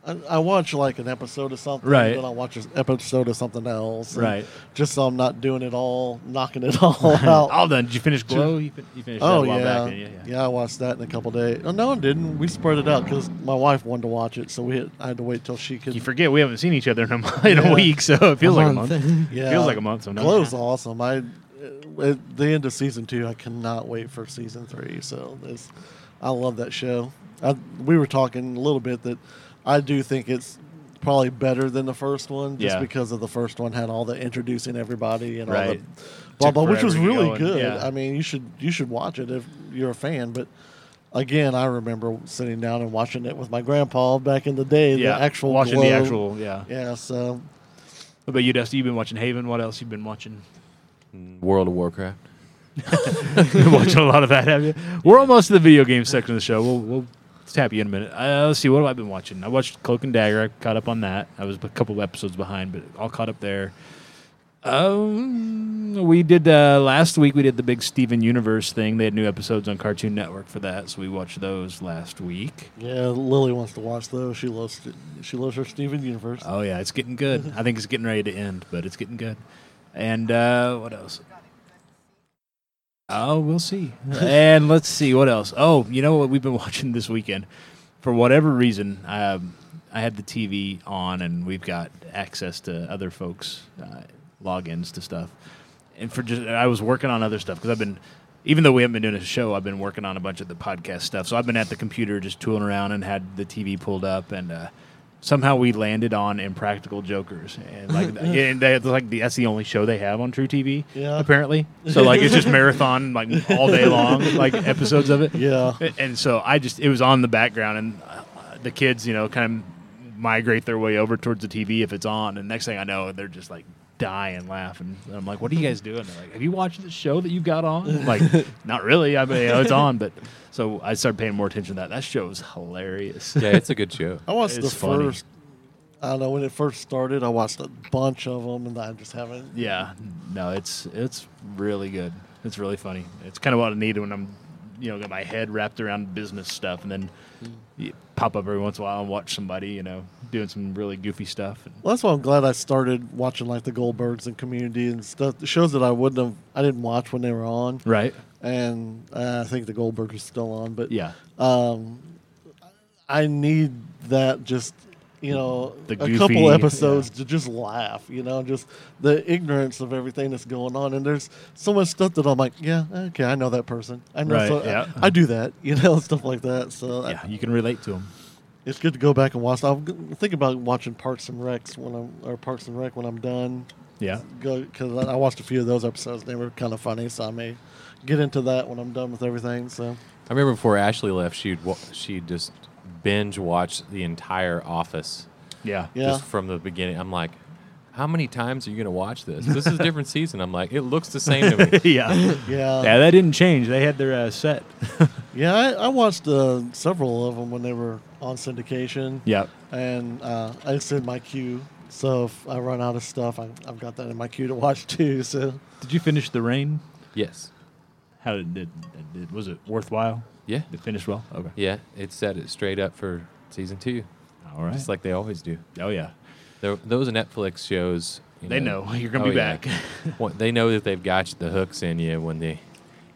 Speaker 2: I, I watch like an episode of something,
Speaker 1: Right.
Speaker 2: Then I watch an episode of something else, and
Speaker 1: Right.
Speaker 2: Just so I'm not doing it all, knocking it all out.
Speaker 1: All done. Oh, Did you finish Glow? You, fin- you finished
Speaker 2: oh
Speaker 1: that a while
Speaker 2: yeah.
Speaker 1: back.
Speaker 2: yeah, I watched that in a couple days. Oh, no, I didn't. We spread it out because my wife wanted to watch it, so we had, I had to wait till she could.
Speaker 1: You forget we haven't seen each other in a, mo- in a
Speaker 2: Yeah.
Speaker 1: week, so it feels like a
Speaker 4: month.
Speaker 1: month.
Speaker 2: Yeah,
Speaker 1: Feels like a month sometimes.
Speaker 2: Glow's awesome. I uh, at the end of season two, I cannot wait for season three. So it's, I love that show. I, we were talking a little bit that I do think it's probably better than the first one, just
Speaker 1: Yeah.
Speaker 2: because of the first one had all the introducing everybody and all
Speaker 1: Right.
Speaker 2: the blah
Speaker 1: Took
Speaker 2: blah, which was
Speaker 1: forever to
Speaker 2: really
Speaker 1: go and-
Speaker 2: good.
Speaker 1: yeah.
Speaker 2: I mean, you should you should watch it if you're a fan, but. Again, I remember sitting down and watching it with my grandpa back in the day.
Speaker 1: Yeah,
Speaker 2: the actual
Speaker 1: watching the
Speaker 2: Glow.
Speaker 1: actual. Yeah.
Speaker 2: Yeah, so
Speaker 1: What about you, Dusty? You've been watching Haven. What else you've been watching?
Speaker 3: World of Warcraft.
Speaker 1: been watching a lot of that, have you? We're almost to the video game section of the show. We'll, we'll tap you in a minute. Uh, let's see. What have I been watching? I watched Cloak and Dagger. I caught up on that. I was a couple episodes behind, but all caught up there. Um, we did uh, last week. We did the big Steven Universe thing. They had new episodes on Cartoon Network for that, so we watched those last week.
Speaker 2: Yeah, Lily wants to watch though. She loves she loves her Steven Universe.
Speaker 1: Oh yeah, it's getting good. I think it's getting ready to end, but it's getting good. And uh, what else? Oh, we'll see. and let's see what else. Oh, you know what we've been watching this weekend? For whatever reason, um, I had the TV on, and we've got access to other folks' uh, logins to stuff. And for just, I was working on other stuff because I've been, even though we haven't been doing a show, I've been working on a bunch of the podcast stuff. So I've been at the computer just tooling around and had the TV pulled up and. Uh, somehow we landed on Impractical Jokers, and like, and they, like that's the only show they have on True TV,
Speaker 2: Yeah.
Speaker 1: apparently. So like, it's just marathon like all day long, like episodes of it.
Speaker 2: Yeah.
Speaker 1: And so I just it was on the background, and uh, the kids, you know, kind of migrate their way over towards the TV if it's on. And next thing I know, they're just like dying laughing. And I'm like, "What are you guys doing?" They're like, "Have you watched the show that you got on?" I'm like, not really. I mean, you know, it's on, but so I started paying more attention to that. That show is hilarious.
Speaker 3: Yeah, it's a good show.
Speaker 2: I watched the
Speaker 1: It's funny.
Speaker 2: first. I don't know when it first started. I watched a bunch of them, and I just haven't.
Speaker 1: Yeah, no, it's it's really good. It's really funny. It's kind of what I needed when I'm you know got my head wrapped around business stuff, and then you pop up every once in a while and watch somebody you know doing some really goofy stuff. And
Speaker 2: Well, that's why I'm glad I started watching like the Goldbergs and Community and stuff. The shows that I wouldn't have, I didn't watch when they were on,
Speaker 1: right?
Speaker 2: and uh, I think the Goldbergs are still on. But
Speaker 1: Yeah.
Speaker 2: Um, I need that just you know
Speaker 1: The
Speaker 2: a couple
Speaker 1: goofy-
Speaker 2: episodes to just laugh, you know, just the ignorance of everything that's going on. And there's so much stuff that I'm like, yeah, okay, I know that person. I know,
Speaker 1: Right,
Speaker 2: so-
Speaker 1: yeah.
Speaker 2: I, I do that, you know, stuff like that. So I-
Speaker 1: yeah, you can relate to them.
Speaker 2: it's good to go back and watch. I'm g- thinking about watching Parks and Recs when I'm or Parks and Rec when I'm done.
Speaker 1: Yeah.
Speaker 2: because I I watched a few of those episodes. They were kind of funny, so I may get into that when I'm done with everything. So
Speaker 3: I remember before Ashley left, she'd wa- she'd just binge watch the entire Office
Speaker 1: Yeah.
Speaker 2: Yeah.
Speaker 3: just from the beginning. I'm like, how many times are you going to watch this? This is a different season. I'm like, it looks the same to me.
Speaker 1: yeah.
Speaker 2: yeah,
Speaker 1: Yeah, that didn't change. They had their uh, set.
Speaker 2: Yeah, I, I watched uh, several of them when they were on syndication.
Speaker 1: Yep.
Speaker 2: And uh, I it's in my queue. So if I run out of stuff, I, I've got that in my queue to watch too. So
Speaker 1: Did you finish the rain?
Speaker 3: Yes.
Speaker 1: How did, did, did was it worthwhile?
Speaker 3: Yeah.
Speaker 1: Did it finish well? Okay.
Speaker 3: Yeah. It set it straight up for season two,
Speaker 1: All right.
Speaker 3: just like they always do.
Speaker 1: oh yeah.
Speaker 3: There, those Netflix shows. you Oh,
Speaker 1: They know you're gonna be
Speaker 3: yeah.
Speaker 1: back.
Speaker 3: Well, they know that they've got the hooks in you when they,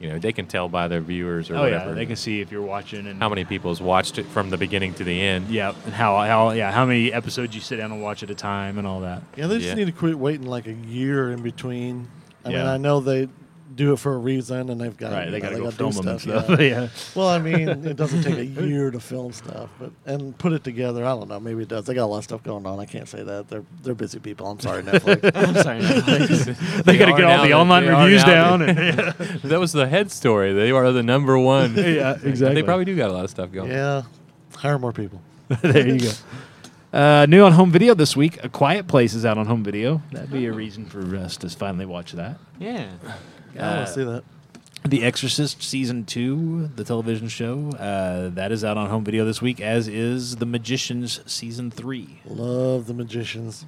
Speaker 3: you know, they can tell by their viewers or
Speaker 1: Oh
Speaker 3: whatever
Speaker 1: yeah. They can see if you're watching and
Speaker 3: how many people has watched it from the beginning to the end.
Speaker 1: Yeah, and how how yeah how many episodes you sit down and watch at a time and all that.
Speaker 2: yeah, they just
Speaker 3: Yeah.
Speaker 2: need to quit waiting like a year in between. I mean,
Speaker 1: Yeah.
Speaker 2: I know they do it for a reason, and they've got
Speaker 1: Right, they
Speaker 2: you know,
Speaker 1: gotta go
Speaker 2: Uh, gotta do
Speaker 1: film them
Speaker 2: stuff,
Speaker 1: and stuff.
Speaker 2: yeah.
Speaker 1: yeah.
Speaker 2: well, I mean, it doesn't take a year to film stuff, but and put it together. I don't know. Maybe it does. They got a lot of stuff going on. I can't say that. They're they're busy people. I'm sorry, Netflix.
Speaker 4: I'm sorry. Netflix.
Speaker 1: They, gotta
Speaker 3: are
Speaker 1: get all
Speaker 3: now
Speaker 1: the
Speaker 3: that-
Speaker 1: online
Speaker 3: they are
Speaker 1: reviews
Speaker 3: now
Speaker 1: down.
Speaker 3: that-
Speaker 1: And,
Speaker 3: that was the head story. They are the number one.
Speaker 1: yeah,
Speaker 3: They probably do got a lot of stuff going.
Speaker 2: yeah, hire more people.
Speaker 1: there you go. Uh, new on home video this week. A Quiet Place is out on home video. That'd be a reason for us to finally watch that.
Speaker 4: yeah.
Speaker 2: I
Speaker 1: Uh,
Speaker 2: want to see that.
Speaker 1: The Exorcist season two, the television show, uh, that is out on home video this week. As is The Magicians season three.
Speaker 2: Love the magicians.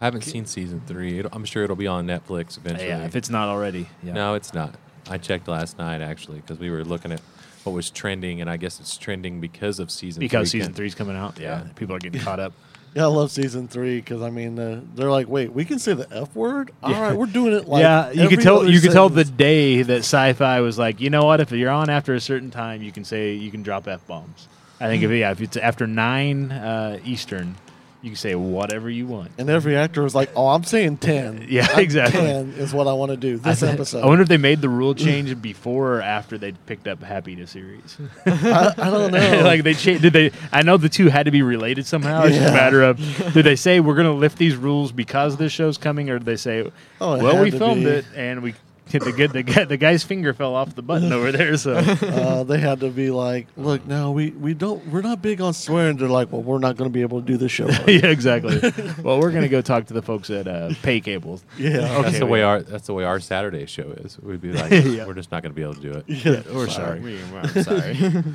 Speaker 3: I haven't seen season three. It'll, I'm sure it'll be on Netflix eventually.
Speaker 1: Yeah, if it's not already. Yeah.
Speaker 3: no, it's not. I checked last night actually because we were looking at what was trending, and I guess it's trending because of season
Speaker 1: because
Speaker 3: three.
Speaker 1: season three's coming out. Yeah,
Speaker 3: Yeah.
Speaker 1: people are getting caught up.
Speaker 2: Yeah, I love season three because I mean uh, they're like, wait, we can say the f word. All right, we're doing it. Like
Speaker 1: yeah, you could
Speaker 2: every
Speaker 1: tell.
Speaker 2: other
Speaker 1: You could tell the
Speaker 2: sentence.
Speaker 1: day that sci-fi was like, you know what? If you're on after a certain time, you can say you can drop f bombs. I
Speaker 2: Hmm.
Speaker 1: think if yeah, if it's after nine uh, Eastern, you can say whatever you want.
Speaker 2: and every actor was like, oh, I'm saying ten.
Speaker 1: Yeah,
Speaker 2: I'm-
Speaker 1: exactly.
Speaker 2: Ten is what I want to do this episode.
Speaker 1: I wonder if they made the rule change before or after they picked up Happy to series.
Speaker 2: I, I don't know.
Speaker 1: like they cha- did they? I know the two had to be related somehow. It's just a
Speaker 2: Yeah.
Speaker 1: matter of did they say we're going to lift these rules because this show's coming, or did they say,
Speaker 2: Oh, it
Speaker 1: well,
Speaker 2: had
Speaker 1: we
Speaker 2: to
Speaker 1: filmed
Speaker 2: be.
Speaker 1: it and we hit the good the guy, the guy's finger fell off the button over there, so
Speaker 2: uh, they had to be like, look, no, we, we don't. We're not big on swearing. They're like, well, we're not going to be able to do this show.
Speaker 1: yeah, exactly. well, we're going to go talk to the folks at uh, Pay Cable.
Speaker 2: yeah.
Speaker 3: That's
Speaker 1: Okay,
Speaker 3: the
Speaker 1: we-
Speaker 3: way our that's the way our Saturday show is. We'd be like,
Speaker 1: Yeah.
Speaker 3: we're just not going to be able to do it.
Speaker 2: Yeah.
Speaker 1: We're sorry.
Speaker 4: I'm sorry.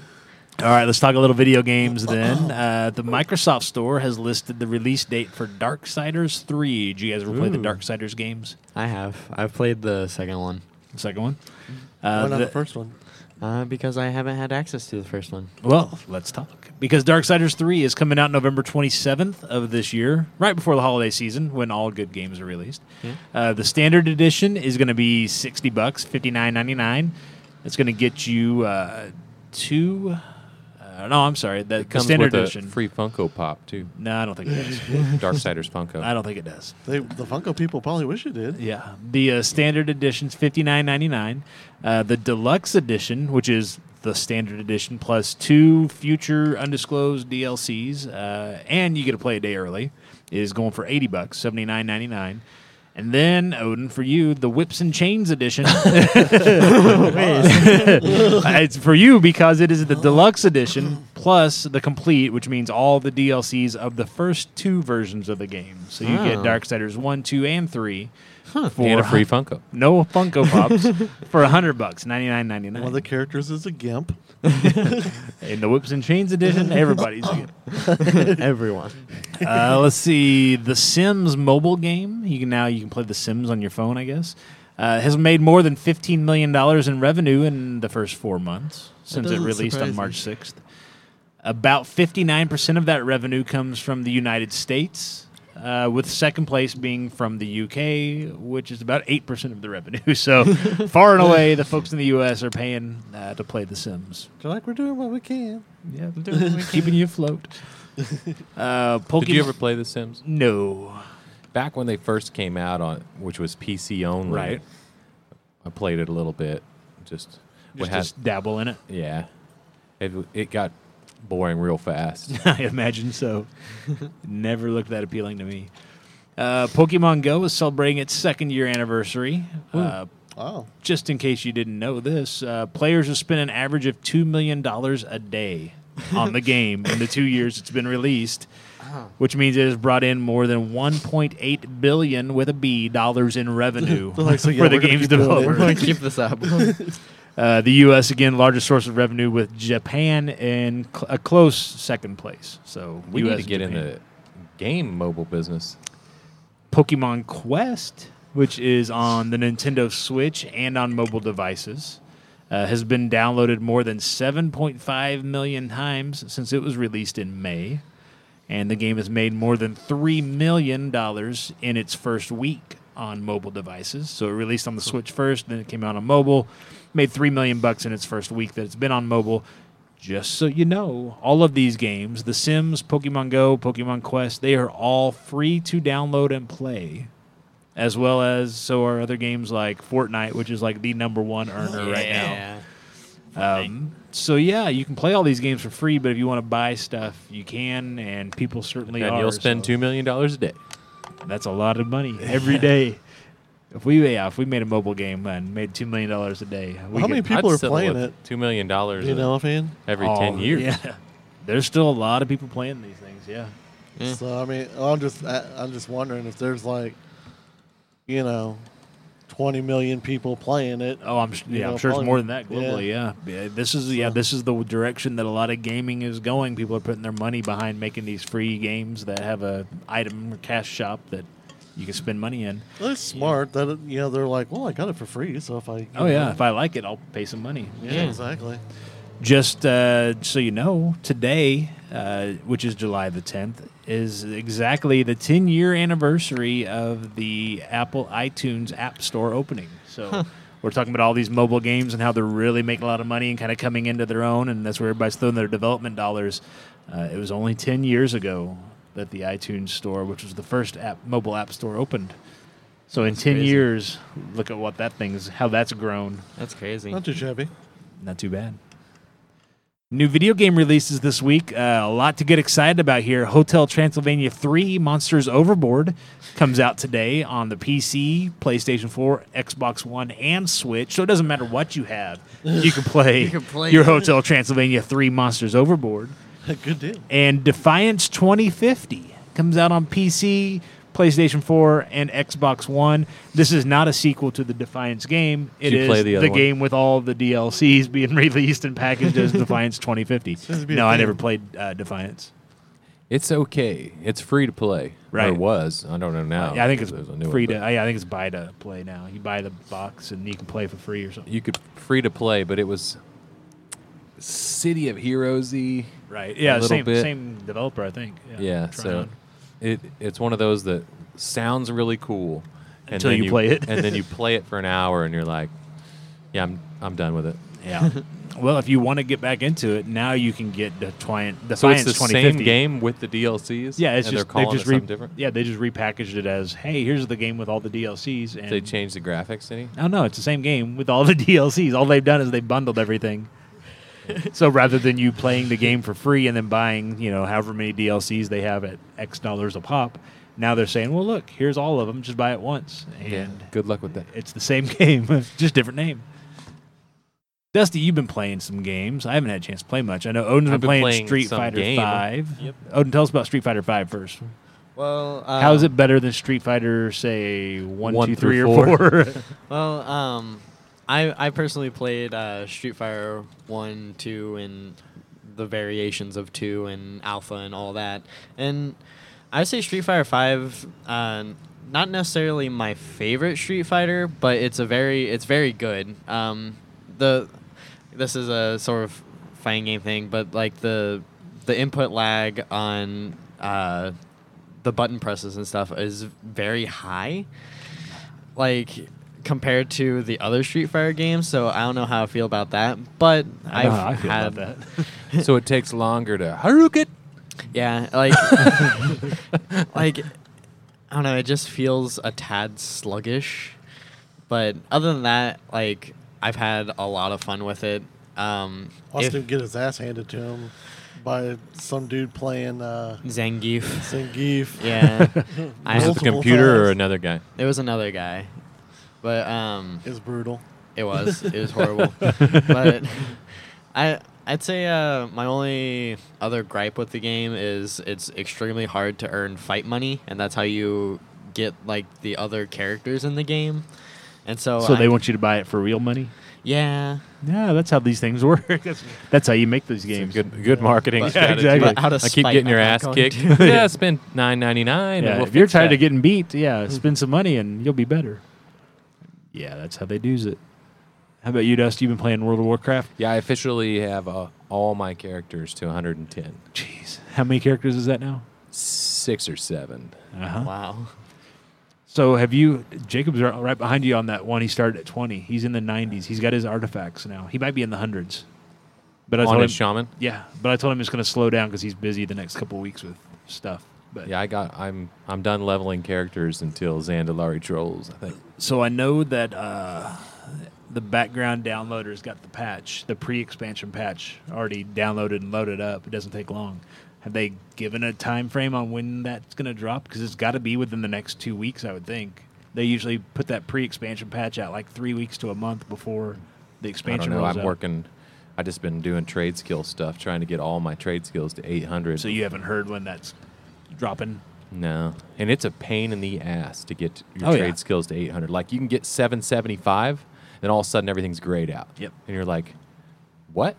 Speaker 1: All right, let's talk a little video games then.
Speaker 2: Oh.
Speaker 1: Uh, the Microsoft Store has listed the release date for Darksiders 3. Do you guys ever play the
Speaker 3: Ooh.
Speaker 1: Darksiders games?
Speaker 4: I have. I've played the second one
Speaker 1: The second one?
Speaker 2: Why
Speaker 1: Uh,
Speaker 2: not
Speaker 1: the-
Speaker 2: the first one?
Speaker 4: uh, because I haven't had access to the first one.
Speaker 1: well, let's talk. Because Darksiders 3 is coming out November 27th of this year, right before the holiday season when all good games are released.
Speaker 4: Yeah.
Speaker 1: Uh, the standard edition is going to be 60 bucks, 59.99. It's going to get you uh, two uh, No, I'm sorry. The, the
Speaker 3: It comes
Speaker 1: standard
Speaker 3: with a
Speaker 1: edition.
Speaker 3: free Funko Pop too.
Speaker 1: No, I don't think it does.
Speaker 3: Darksiders Funko.
Speaker 1: I don't think it does.
Speaker 2: They, the Funko people probably wish it did.
Speaker 1: Yeah, the uh, standard edition's fifty nine ninety nine. Uh, the deluxe edition, which is the standard edition plus two future undisclosed DLCs, uh, and you get to play a day early, is going for eighty bucks, seventy nine ninety nine. And then Odin for you, the Whips and Chains edition. it's for you because it is the deluxe edition plus the complete, which means all the DLCs of the first two versions of the game. So you get
Speaker 4: Oh.
Speaker 1: Darksiders one, two, and three for
Speaker 3: and a free Funko.
Speaker 1: no Funko Pops for hundred bucks, ninety nine ninety
Speaker 2: One of
Speaker 1: nine.
Speaker 2: the characters is a gimp.
Speaker 1: In the Whips and Chains edition, everybody's.
Speaker 4: Everyone.
Speaker 1: uh, let's see, The Sims mobile game. You can now you can play The Sims on your phone, I guess. uh, has made more than $15 million in revenue in the first four months since it
Speaker 5: doesn't
Speaker 1: released on
Speaker 5: surprise
Speaker 1: March 6th. About 59% of that revenue comes from the United States, uh, with second place being from the UK, which is about 8% of the revenue. So far and away, the folks in the US are paying uh, to play The Sims.
Speaker 2: They're like, we're doing what we can.
Speaker 1: Yeah, keeping you afloat. Uh, Pokemon.
Speaker 3: Did you ever play The Sims?
Speaker 1: No.
Speaker 3: Back when they first came out on, which was PC only.
Speaker 1: Right.
Speaker 3: I played it a little bit. Just, what
Speaker 1: Just,
Speaker 3: hap-
Speaker 1: just dabble in it.
Speaker 3: yeah. It it got boring real fast.
Speaker 1: I imagine so. Never looked that appealing to me. Uh, Pokemon Go is celebrating its second year anniversary. Uh,
Speaker 2: Wow.
Speaker 1: just in case you didn't know this, uh, players have spent an average of $2 million a day on the game in the two years it's been released, which means it has brought in more than $1.8 billion with a B dollars in revenue
Speaker 2: They're like, so, yeah,
Speaker 1: for the
Speaker 2: we're gonna
Speaker 1: game's
Speaker 2: keep doing it.
Speaker 1: developer.
Speaker 4: keep this up.
Speaker 1: Uh, the U.S. again largest source of revenue with Japan in cl- a close second place. So
Speaker 3: we
Speaker 1: US
Speaker 3: need to get in
Speaker 1: Japan.
Speaker 3: the game mobile business.
Speaker 1: Pokemon Quest, which is on the Nintendo Switch and on mobile devices, uh, has been downloaded more than 7.5 million times since it was released in May, and the game has made more than three million dollars in its first week on mobile devices. So it released on the Switch first, then it came out on mobile, made three million bucks in its first week that it's been on mobile. Just so you know, all of these games, The Sims, Pokemon Go, Pokemon Quest, they are all free to download and play. As well as so are other games like Fortnite, which is like the number one earner right now. Um, so yeah, you can play all these games for free, but if you want to buy stuff, you can, and people certainly
Speaker 3: and
Speaker 1: are.
Speaker 3: you'll spend
Speaker 1: so
Speaker 3: $2 million a day.
Speaker 1: That's a lot of money every day. If we yeah, if we made a mobile game and made two million dollars a day, we
Speaker 2: How many
Speaker 1: could,
Speaker 2: people
Speaker 3: I'd
Speaker 2: are
Speaker 3: settle
Speaker 2: playing
Speaker 3: with
Speaker 2: it?
Speaker 3: $2 million dollars
Speaker 2: You know what I mean?
Speaker 3: every
Speaker 1: all-
Speaker 3: 10 years.
Speaker 1: Oh, Yeah, there's still a lot of people playing these things. Yeah,
Speaker 4: Yeah.
Speaker 2: So I mean, I'm just I, I'm just wondering if there's like, you know, 20 million people playing it.
Speaker 1: oh, I'm s-
Speaker 2: You
Speaker 1: yeah,
Speaker 2: know,
Speaker 1: I'm sure it's
Speaker 2: probably-
Speaker 1: more than that globally. Yeah. Yeah, this is yeah, this is the direction that a lot of gaming is going. People are putting their money behind making these free games that have a item or cash shop that you can spend money in.
Speaker 2: That's smart. That it- you know they're like, well, I got it for free, so if I you
Speaker 1: Oh
Speaker 2: know,
Speaker 1: yeah, if I like it, I'll pay some money.
Speaker 2: yeah,
Speaker 4: Yeah.
Speaker 2: exactly.
Speaker 1: Just uh, so you know, today, uh, which is July the 10th, is exactly the 10 year anniversary of the Apple iTunes App Store opening. So we're talking about all these mobile games and how they're really making a lot of money and kind of coming into their own, and that's where everybody's throwing their development dollars. Uh, it was only 10 years ago that the iTunes Store, which was the first app, mobile app store, opened. So in 10
Speaker 4: crazy.
Speaker 1: years, look at what that thing's, how that's grown.
Speaker 4: That's crazy.
Speaker 2: Not too shabby.
Speaker 1: Not too bad. New video game releases this week. Uh, a lot to get excited about here. Hotel Transylvania 3 Monsters Overboard comes out today on the PC, PlayStation 4, Xbox One, and Switch. So it doesn't matter what you have, you can play,
Speaker 4: can play
Speaker 1: your
Speaker 4: it.
Speaker 1: Hotel Transylvania 3 Monsters Overboard.
Speaker 2: Good deal.
Speaker 1: And Defiance 2050 comes out on PC, PlayStation 4, and Xbox One. This is not a sequel to the Defiance game. It
Speaker 3: Did you
Speaker 1: is
Speaker 3: play the other one?
Speaker 1: game with all the DLCs being released and packaged as Defiance 2050.
Speaker 2: Seems to be a
Speaker 1: No, I
Speaker 2: theme.
Speaker 1: never played uh, Defiance.
Speaker 3: It's okay. It's free to play. Or
Speaker 1: Right.
Speaker 3: it was. I don't know now.
Speaker 1: Yeah, I think it's
Speaker 3: because Oh, there's a new one,
Speaker 1: free
Speaker 3: but
Speaker 1: to. I, I think it's buy to play now. You buy the box and you can play for free or something.
Speaker 3: You could free to play, but it was City of Heroesy.
Speaker 1: Right? Yeah,
Speaker 3: little
Speaker 1: same
Speaker 3: bit.
Speaker 1: same developer, I think. Yeah.
Speaker 3: Yeah. So
Speaker 1: Tryon.
Speaker 3: it it's one of those that sounds really cool and
Speaker 1: Until
Speaker 3: then
Speaker 1: you play it.
Speaker 3: and then you play it for an hour, and you're like, yeah, I'm I'm done with it.
Speaker 1: yeah. well, if you want to get back into it, now you can get Defiant. Defiance
Speaker 3: So it's the same
Speaker 1: 2050.
Speaker 3: game with the DLCs.
Speaker 1: Yeah, it's just
Speaker 3: and they're calling
Speaker 1: they just
Speaker 3: it
Speaker 1: re-
Speaker 3: something different.
Speaker 1: Yeah, they just repackaged it as, hey, here's the game with all the DLCs. And
Speaker 3: They changed the graphics any.
Speaker 1: No, no, it's the same game with all the DLCs. All they've done is they bundled everything. so rather than you playing the game for free and then buying, you know, however many DLCs they have at X dollars a pop, now they're saying, well, look, here's all of them. Just buy it once. And
Speaker 3: Yeah. Good luck with that.
Speaker 1: it's the same game, just different name. Dusty, you've been playing some games. I haven't had a chance to play much. I know Odin's been,
Speaker 3: I've been
Speaker 1: playing,
Speaker 3: playing
Speaker 1: Street
Speaker 3: some
Speaker 1: Fighter
Speaker 3: game.
Speaker 1: Five. Odin, tell us about Street Fighter Five first.
Speaker 4: Well, uh,
Speaker 1: How is it better than Street Fighter, say one,
Speaker 3: Um, One
Speaker 1: two, three,
Speaker 3: through four.
Speaker 1: or four?
Speaker 4: Well, um, I I personally played uh, Street Fighter One, Two, and the variations of Two and Alpha and all that, and I say Street Fighter Five. Uh, not necessarily my favorite Street Fighter, but it's a very it's very good. Um, the this is a sort of fighting game thing, but like the the input lag on uh, the button presses and stuff is very high, like compared to the other Street Fighter games. So I don't know how I feel about that, but
Speaker 1: I don't know how I
Speaker 4: I've
Speaker 1: feel
Speaker 4: had
Speaker 1: about that.
Speaker 3: so it takes longer to Haruka.
Speaker 4: yeah, like, like, I don't know. It just feels a tad sluggish, but other than that, like, I've had a lot of fun with it. Um,
Speaker 2: Austin
Speaker 4: if
Speaker 2: get his ass handed to him by some dude playing uh,
Speaker 4: Zangief.
Speaker 2: Zangief.
Speaker 4: yeah, I,
Speaker 3: Was it
Speaker 2: Multiple
Speaker 3: the computer or
Speaker 2: times.
Speaker 3: another guy?
Speaker 4: it was another guy, but um,
Speaker 2: It's brutal.
Speaker 4: It was. It was horrible. but I I'd say uh, my only other gripe with the game is it's extremely hard to earn fight money, and that's how you get like the other characters in the game. And so
Speaker 1: so they
Speaker 4: Oh, I-
Speaker 1: want you to buy it for real money.
Speaker 4: Yeah.
Speaker 1: Yeah, that's how these things work. That's, that's how you make these
Speaker 3: It's a
Speaker 1: games.
Speaker 3: Good, good marketing
Speaker 4: But-
Speaker 3: strategy.
Speaker 1: exactly.
Speaker 4: But out of
Speaker 3: I keep
Speaker 4: spite,
Speaker 3: getting your
Speaker 4: I'm not
Speaker 3: ass
Speaker 4: going
Speaker 3: kicked.
Speaker 4: to.
Speaker 3: yeah, spend nine ninety nine.
Speaker 1: Yeah,
Speaker 3: and we'll
Speaker 1: if you're
Speaker 3: fix
Speaker 1: tired
Speaker 3: that.
Speaker 1: of getting beat, yeah, spend some money and you'll be better. Yeah, that's how they do's it. How about you, Dust? You've been playing World of Warcraft.
Speaker 3: yeah, I officially have uh, all my characters to 110,
Speaker 1: Jeez, how many characters is that now?
Speaker 3: six or seven.
Speaker 1: Uh huh.
Speaker 4: Wow.
Speaker 1: So have you? Jacob's right right behind you on that one. He started at twenty. He's in the nineties. He's got his artifacts now. He might be in the hundreds. But I
Speaker 3: On
Speaker 1: told him,
Speaker 3: his shaman.
Speaker 1: yeah. But I told him it's going to slow down because he's busy the next couple weeks with stuff. But
Speaker 3: Yeah, I got. I'm I'm done leveling characters until Zandalari trolls. I think.
Speaker 1: so I know that uh, the background downloader's got the patch, the pre-expansion patch, already downloaded and loaded up. It doesn't take long. Have they given a time frame on when that's going to drop? Because it's got to be within the next two weeks, I would think. They usually put that pre-expansion patch out like three weeks to a month before the
Speaker 3: I don't
Speaker 1: expansion.
Speaker 3: know.
Speaker 1: rolls
Speaker 3: I'm
Speaker 1: out.
Speaker 3: working. I just been doing trade skill stuff, trying to get all my trade skills to 800.
Speaker 1: So you haven't heard when that's dropping.
Speaker 3: No, and it's a pain in the ass to get your
Speaker 1: Oh, yeah.
Speaker 3: trade skills to 800. Like you can get 775, and all of a sudden everything's grayed out.
Speaker 1: Yep.
Speaker 3: And you're like, what?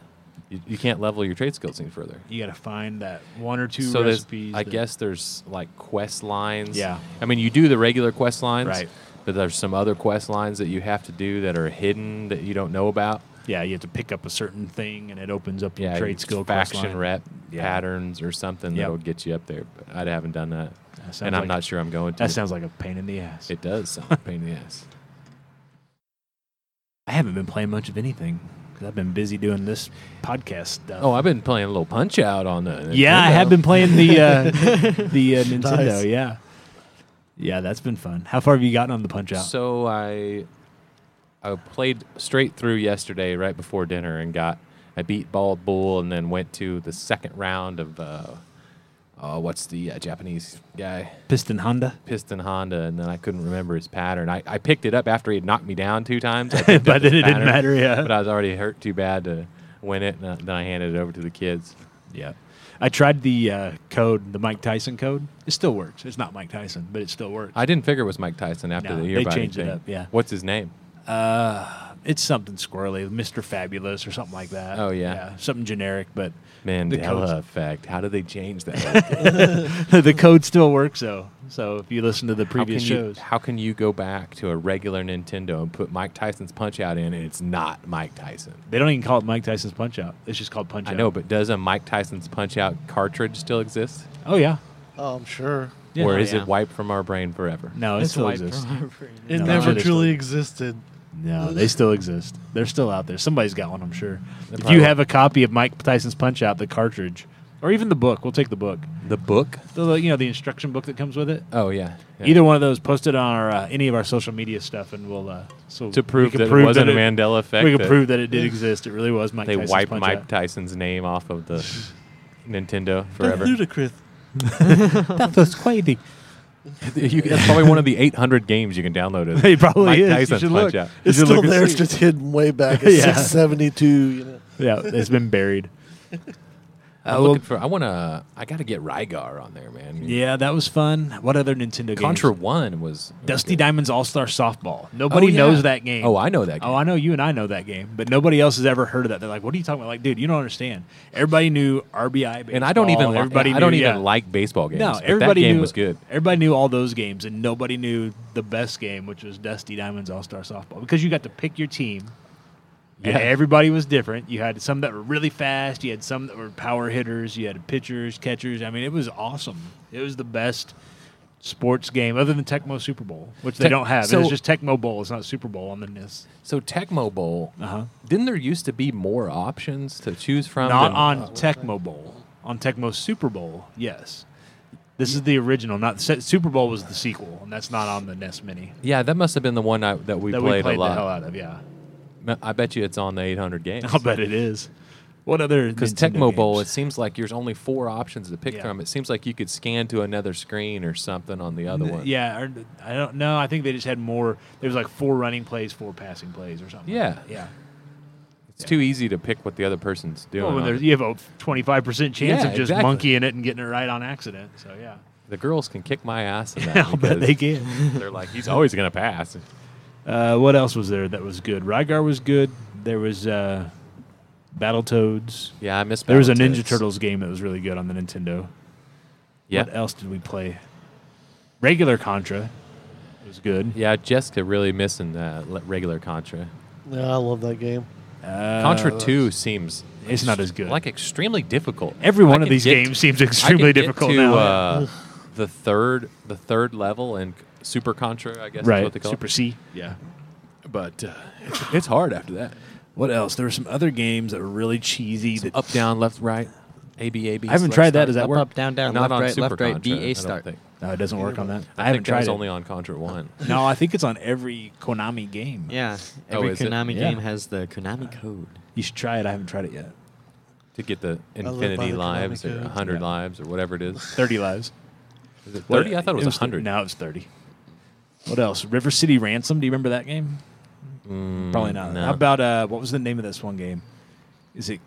Speaker 3: You, you can't level your trade skills any furtther.
Speaker 1: You got to find that one or two
Speaker 3: so there's-
Speaker 1: recipes.
Speaker 3: I
Speaker 1: that-
Speaker 3: guess there's like quest lines.
Speaker 1: Yeah.
Speaker 3: I mean, you do the regular quest lines,
Speaker 1: Right.
Speaker 3: But there's some other quest lines that you have to do that are hidden that you don't know about.
Speaker 1: Yeah, you have to pick up a certain thing, and it opens up your
Speaker 3: Yeah,
Speaker 1: trade
Speaker 3: it's
Speaker 1: skill quest
Speaker 3: faction
Speaker 1: line.
Speaker 3: rep
Speaker 1: Yeah.
Speaker 3: patterns or something
Speaker 1: Yep.
Speaker 3: that'll get you up there. But I haven't done that,
Speaker 1: That sounds
Speaker 3: and I'm
Speaker 1: like-
Speaker 3: not sure I'm going to.
Speaker 1: That sounds like a pain in the ass.
Speaker 3: it does sound like a pain in the ass.
Speaker 1: I haven't been playing much of anything because I've been busy doing this podcast stuff.
Speaker 3: Oh, I've been playing a little Punch Out on the.
Speaker 1: yeah, I
Speaker 3: Nintendo.
Speaker 1: have been playing the uh, the uh, Nintendo.
Speaker 2: Nice.
Speaker 1: Yeah, yeah, that's been fun. How far have you gotten on the Punch Out?
Speaker 3: So I, I played straight through yesterday, right before dinner, and got I beat Bald Bull, and then went to the second round of, uh, uh, what's the uh, Japanese guy
Speaker 1: Piston Honda,
Speaker 3: Piston Honda, and then I couldn't remember his pattern. I, I picked it up after he had knocked me down two times, I picked
Speaker 1: but
Speaker 3: up his
Speaker 1: it didn't
Speaker 3: pattern,
Speaker 1: matter. Yeah,
Speaker 3: But I was already hurt too bad to win it, and I- then I handed it over to the kids.
Speaker 1: yeah. I tried the uh, code, the Mike Tyson code. It still works. It's not Mike Tyson, but it still works.
Speaker 3: I didn't figure it was Mike Tyson after
Speaker 1: No,
Speaker 3: the year.
Speaker 1: they
Speaker 3: by
Speaker 1: changed it
Speaker 3: anything.
Speaker 1: up, yeah.
Speaker 3: What's his name?
Speaker 1: it's something squirrely, Mr. Fabulous or something like that.
Speaker 3: Oh, yeah.
Speaker 1: something generic, but the code's-
Speaker 3: Mandela effect. How did they change that?
Speaker 1: the code still works though. So if you listen to the
Speaker 3: how, can
Speaker 1: previous
Speaker 3: you,
Speaker 1: shows,
Speaker 3: how can you go back to a regular Nintendo and put Mike Tyson's Punch Out in, and it's not Mike Tyson?
Speaker 1: they don't even call it Mike Tyson's Punch Out. It's just called Punch
Speaker 3: I
Speaker 1: Out.
Speaker 3: know, but does a Mike Tyson's Punch Out cartridge still exist,
Speaker 1: Oh yeah.
Speaker 2: Oh, I'm sure.
Speaker 4: Yeah,
Speaker 3: or
Speaker 4: oh,
Speaker 3: is
Speaker 4: yeah.
Speaker 3: it wiped from our brain forever?
Speaker 1: No, it still
Speaker 4: wiped
Speaker 1: exists.
Speaker 4: from our brain.
Speaker 2: It
Speaker 1: No,
Speaker 2: never
Speaker 1: they still-
Speaker 2: truly existed.
Speaker 1: No, they still exist. They're still out there. Somebody's got one, I'm sure.
Speaker 3: They
Speaker 1: If
Speaker 3: probably-
Speaker 1: you have a copy of Mike Tyson's Punch Out, the cartridge, or even the book, we'll take the book.
Speaker 3: The book?
Speaker 1: The you know the instruction book that comes with it.
Speaker 3: Oh yeah. yeah.
Speaker 1: Either one of those, post it on our, uh, any of our social media stuff, and we'll uh, so
Speaker 3: to prove
Speaker 1: we can
Speaker 3: that it wasn't a Mandela effect.
Speaker 1: We can
Speaker 3: that
Speaker 1: prove that it did exist. It really was Mike
Speaker 3: they
Speaker 1: Tyson's
Speaker 3: wiped
Speaker 1: Punch
Speaker 3: Mike
Speaker 1: Out.
Speaker 3: Tyson's name off of the Nintendo
Speaker 2: That's
Speaker 3: forever.
Speaker 2: ludicrous.
Speaker 1: that was crazy.
Speaker 3: You- that's probably one of the 800 games you can download. Is
Speaker 1: It probably
Speaker 3: Mike
Speaker 1: is. You
Speaker 3: Tyson's
Speaker 1: should
Speaker 3: Punch
Speaker 1: look.
Speaker 3: Out.
Speaker 2: It's
Speaker 1: you
Speaker 2: still
Speaker 1: look and
Speaker 2: there. It's
Speaker 1: see?
Speaker 2: just hidden way back at
Speaker 1: Yeah.
Speaker 2: 672. You know.
Speaker 1: Yeah, it's been buried.
Speaker 3: I'm
Speaker 1: Uh, well-
Speaker 3: looking for. I want to. I got to get Rygar on there, man.
Speaker 1: Yeah, that was fun. What other Nintendo
Speaker 3: Contra
Speaker 1: games?
Speaker 3: One was
Speaker 1: Dusty
Speaker 3: okay.
Speaker 1: Diamonds All Star Softball. Nobody
Speaker 3: Oh, yeah.
Speaker 1: knows that game.
Speaker 3: Oh, I know that. Game.
Speaker 1: Oh, I know you and I know that game, but nobody else has ever heard of that. They're like, "What are you talking about?" Like, dude, you don't understand. Everybody knew RBI, baseball,
Speaker 3: and I don't even.
Speaker 1: everybody.
Speaker 3: I don't
Speaker 1: knew-
Speaker 3: even
Speaker 1: yeah.
Speaker 3: like baseball games.
Speaker 1: No,
Speaker 3: but
Speaker 1: everybody
Speaker 3: that game
Speaker 1: knew,
Speaker 3: was good.
Speaker 1: Everybody knew all those games, and nobody knew the best game, which was Dusty Diamonds All Star Softball, because you got to pick your team. And
Speaker 3: Yeah.
Speaker 1: everybody was different. You had some that were really fast. You had some that were power hitters. You had pitchers, catchers. I mean, it was awesome. It was the best sports game other than Tecmo Super Bowl, which they
Speaker 3: Tec-
Speaker 1: don't have.
Speaker 3: so-
Speaker 1: it's just Tecmo Bowl. It's not Super Bowl on the NIS.
Speaker 3: So Tecmo Bowl.
Speaker 1: Uh-huh.
Speaker 3: Didn't there used to be more options to choose from?
Speaker 1: Not
Speaker 3: than-
Speaker 1: on Tecmo Bowl. On Tecmo Super Bowl, yes. This is the original. Not Se- Super Bowl was the sequel, and that's not on the NES Mini.
Speaker 3: Yeah, that must have been the one I, that we
Speaker 1: that
Speaker 3: played,
Speaker 1: we played
Speaker 3: a
Speaker 1: the hell
Speaker 3: lot.
Speaker 1: out of. Yeah,
Speaker 3: Ma- I bet you it's on the 800 games.
Speaker 1: I'll bet it is. What other?
Speaker 3: Because
Speaker 1: Nintendo
Speaker 3: Tecmo Bowl, it
Speaker 1: games?
Speaker 3: seems like there's only four options to pick
Speaker 1: Yeah.
Speaker 3: from. It seems like you could scan to another screen or something on the other one.
Speaker 1: Yeah, or, I don't know. I think they just had more. There was like four running plays, four passing plays, or something.
Speaker 3: Yeah.
Speaker 1: like that. yeah.
Speaker 3: It's too easy to pick what the other person's doing.
Speaker 1: Well, when
Speaker 3: on
Speaker 1: there's,
Speaker 3: it.
Speaker 1: you have a twenty-five percent chance
Speaker 3: Yeah,
Speaker 1: of just
Speaker 3: exactly.
Speaker 1: monkeying it and getting it right on accident. So yeah,
Speaker 3: The girls can kick my ass in that.
Speaker 1: I'll bet they
Speaker 3: because
Speaker 1: can.
Speaker 3: They're like, he's always going to pass.
Speaker 1: Uh, what else was there that was good? Rygar was good. There was uh, Battletoads.
Speaker 3: Yeah, I miss
Speaker 1: There was a Ninja
Speaker 3: Battletoads.
Speaker 1: Turtles game that was really good on the Nintendo.
Speaker 3: Yeah.
Speaker 1: What else did we play? Regular Contra was good.
Speaker 3: Yeah, Jessica really missing uh, le- regular Contra.
Speaker 2: Yeah, I love that game.
Speaker 1: Uh,
Speaker 3: Contra 2 seems
Speaker 1: It's not as good.
Speaker 3: like extremely difficult.
Speaker 1: Every one
Speaker 3: I
Speaker 1: of
Speaker 3: can
Speaker 1: these
Speaker 3: get-
Speaker 1: games seems
Speaker 3: I can
Speaker 1: extremely
Speaker 3: get
Speaker 1: difficult
Speaker 3: to,
Speaker 1: now.
Speaker 3: Uh, the third, the third level in Super Contra, I guess is
Speaker 1: right.
Speaker 3: what they call
Speaker 1: Super
Speaker 3: it.
Speaker 1: C. Yeah.
Speaker 3: But uh, it's, it's hard after that.
Speaker 1: What else? There were some other games that were really cheesy. That
Speaker 3: Up, down, left, right, A B A B.
Speaker 1: I haven't
Speaker 3: select,
Speaker 1: tried that.
Speaker 3: start.
Speaker 1: Does that work?
Speaker 3: work?
Speaker 4: Up, down, down,
Speaker 3: Not
Speaker 4: left,
Speaker 3: on
Speaker 4: right,
Speaker 3: Super
Speaker 4: left, right,
Speaker 3: Contra,
Speaker 4: B, A
Speaker 3: I don't
Speaker 4: start.
Speaker 3: think.
Speaker 1: no, it doesn't work on that. I,
Speaker 3: I,
Speaker 1: haven't
Speaker 3: think that
Speaker 1: tried
Speaker 3: was
Speaker 1: it.
Speaker 3: only on Contra One.
Speaker 1: no, I think it's on every Konami game.
Speaker 4: Yeah,
Speaker 3: Oh,
Speaker 4: every
Speaker 3: is it? Uh,
Speaker 4: Konami
Speaker 1: Yeah.
Speaker 4: game has the Konami code.
Speaker 1: You should try it. I haven't tried it yet.
Speaker 3: To get the
Speaker 2: live by
Speaker 3: infinity
Speaker 2: the
Speaker 3: lives
Speaker 2: Konami
Speaker 3: or
Speaker 2: code.
Speaker 3: hundred
Speaker 1: Yeah.
Speaker 3: lives or whatever it is.
Speaker 1: Thirty lives.
Speaker 3: Is it
Speaker 1: What-
Speaker 3: Thirty? I thought it was hundred.
Speaker 1: Now it's thirty. What else? River City Ransom. Do you remember that game? Probably not.
Speaker 3: Mm, no.
Speaker 1: How about uh, what was the name of this one game? Is it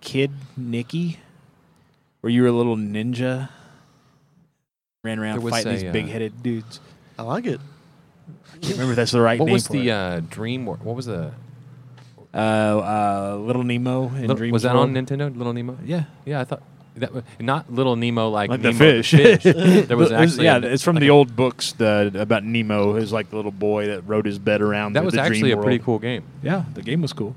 Speaker 1: Kid Nicky? Where you were a little ninja, ran around
Speaker 3: There was
Speaker 1: fighting
Speaker 3: a,
Speaker 1: these
Speaker 3: uh,
Speaker 1: big-headed dudes.
Speaker 2: I like it.
Speaker 1: I can't remember if that's the right
Speaker 3: What
Speaker 1: name
Speaker 3: was
Speaker 1: for
Speaker 3: the
Speaker 1: it.
Speaker 3: uh, Dream? War- What was the?
Speaker 1: Uh, uh, little Nemo in
Speaker 3: Lit-
Speaker 1: Dream
Speaker 3: was that
Speaker 1: World?
Speaker 3: on Nintendo? Little Nemo.
Speaker 1: Yeah.
Speaker 3: Yeah, I thought that was not Little Nemo like,
Speaker 1: Like the
Speaker 3: Nemo,
Speaker 1: fish.
Speaker 3: there was
Speaker 1: It was-
Speaker 3: actually
Speaker 1: yeah,
Speaker 3: a-
Speaker 1: it's from
Speaker 3: like
Speaker 1: the
Speaker 3: a-
Speaker 1: old books the, about Nemo. Is like the little boy that rode his bed around.
Speaker 3: That
Speaker 1: the,
Speaker 3: was
Speaker 1: the
Speaker 3: actually
Speaker 1: dream
Speaker 3: a pretty
Speaker 1: world.
Speaker 3: cool game.
Speaker 1: Yeah, the game was cool.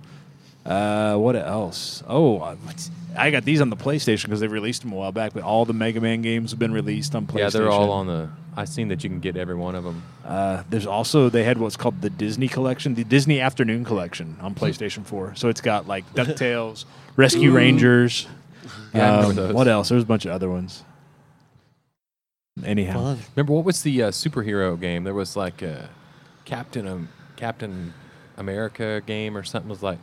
Speaker 1: Uh, what else? Oh, I- what's- I got these on the PlayStation because they released them a while back. But all the Mega Man games have been released on PlayStation.
Speaker 3: Yeah, they're all on the. I seen that you can get every one of them.
Speaker 1: Uh, there's also they had what's called the Disney Collection, the Disney Afternoon Collection on
Speaker 3: Hmm.
Speaker 1: PlayStation 4. So it's got like Ducktales, Rescue Rangers.
Speaker 3: Yeah, I
Speaker 1: um,
Speaker 3: remember those.
Speaker 1: what else? There was a bunch of other ones. Anyhow,
Speaker 2: Fun.
Speaker 3: Remember what was the uh, superhero game? There was like a Captain um, Captain America game or something. It was like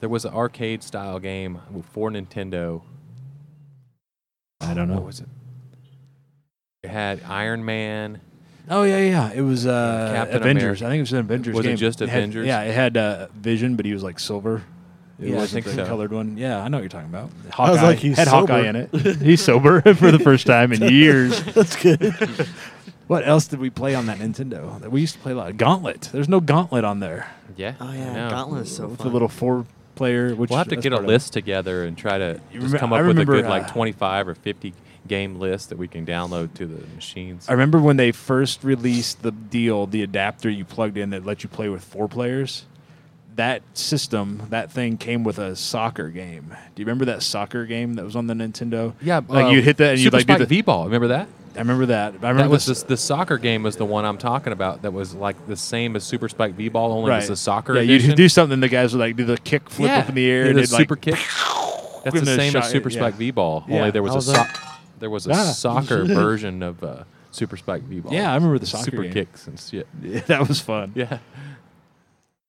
Speaker 3: there was an arcade style game for Nintendo.
Speaker 1: I don't
Speaker 3: What
Speaker 1: know.
Speaker 3: was it? It had Iron Man.
Speaker 1: Oh yeah, yeah. yeah. It was uh,
Speaker 3: Captain
Speaker 1: Avengers.
Speaker 3: America.
Speaker 1: I think it was an Avengers.
Speaker 3: Was it
Speaker 1: game.
Speaker 3: just
Speaker 1: had-
Speaker 3: Avengers?
Speaker 1: yeah, it had uh, Vision, but he was like silver. It
Speaker 3: Yeah, I
Speaker 1: wasn't
Speaker 3: think
Speaker 1: the
Speaker 3: so.
Speaker 1: colored one. Yeah, I know what you're talking about. Hawkeye.
Speaker 2: I was like, he's
Speaker 1: had Hawkeye in
Speaker 2: sober.
Speaker 1: it. he's sober for the first time in years.
Speaker 2: That's good.
Speaker 1: What else did we play on that Nintendo? That we used to play a lot. Gauntlet. There's no Gauntlet on there.
Speaker 3: Yeah.
Speaker 4: Oh
Speaker 3: I
Speaker 4: yeah,
Speaker 3: know.
Speaker 4: Gauntlet is so
Speaker 1: With
Speaker 4: fun.
Speaker 1: the little four player. Which
Speaker 3: We'll have to
Speaker 1: that's
Speaker 3: get a
Speaker 1: part of-
Speaker 3: list together and try to
Speaker 1: You
Speaker 3: just
Speaker 1: remem-
Speaker 3: come
Speaker 1: I
Speaker 3: up with a
Speaker 1: remember,
Speaker 3: good
Speaker 1: uh,
Speaker 3: like 25 or 50 game list that we can download to the machines.
Speaker 1: I remember when they first released the deal, the adapter you plugged in that let you play with four players. That system, that thing came with a soccer game. Do you remember that soccer game that was on the Nintendo? like
Speaker 3: uh,
Speaker 1: you'd hit that and you'd
Speaker 3: Super
Speaker 1: like do
Speaker 3: Spike
Speaker 1: the.
Speaker 3: V-ball. Remember that?
Speaker 1: I remember that. I remember
Speaker 3: That was
Speaker 1: this.
Speaker 3: this, the soccer game was the one I'm talking about. That was like the same as Super Spike V-ball, only it was a soccer
Speaker 1: Yeah,
Speaker 3: edition.
Speaker 1: you'd do something. The guys would like do the kick flip
Speaker 3: Yeah.
Speaker 1: up in the air
Speaker 3: Yeah,
Speaker 1: and
Speaker 3: the
Speaker 1: they'd, like
Speaker 3: super kick. That's
Speaker 1: give
Speaker 3: the
Speaker 1: it a
Speaker 3: same
Speaker 1: shot,
Speaker 3: as Super
Speaker 1: yeah.
Speaker 3: Spike V-ball,
Speaker 1: Yeah.
Speaker 3: only there was
Speaker 2: How
Speaker 3: a
Speaker 2: was
Speaker 3: so-
Speaker 2: that?
Speaker 3: there was a
Speaker 1: Ah.
Speaker 3: soccer version of uh, Super Spike V-ball.
Speaker 1: Yeah, I remember the soccer
Speaker 3: super
Speaker 1: game.
Speaker 3: kicks and shit.
Speaker 1: that was fun.
Speaker 3: Yeah.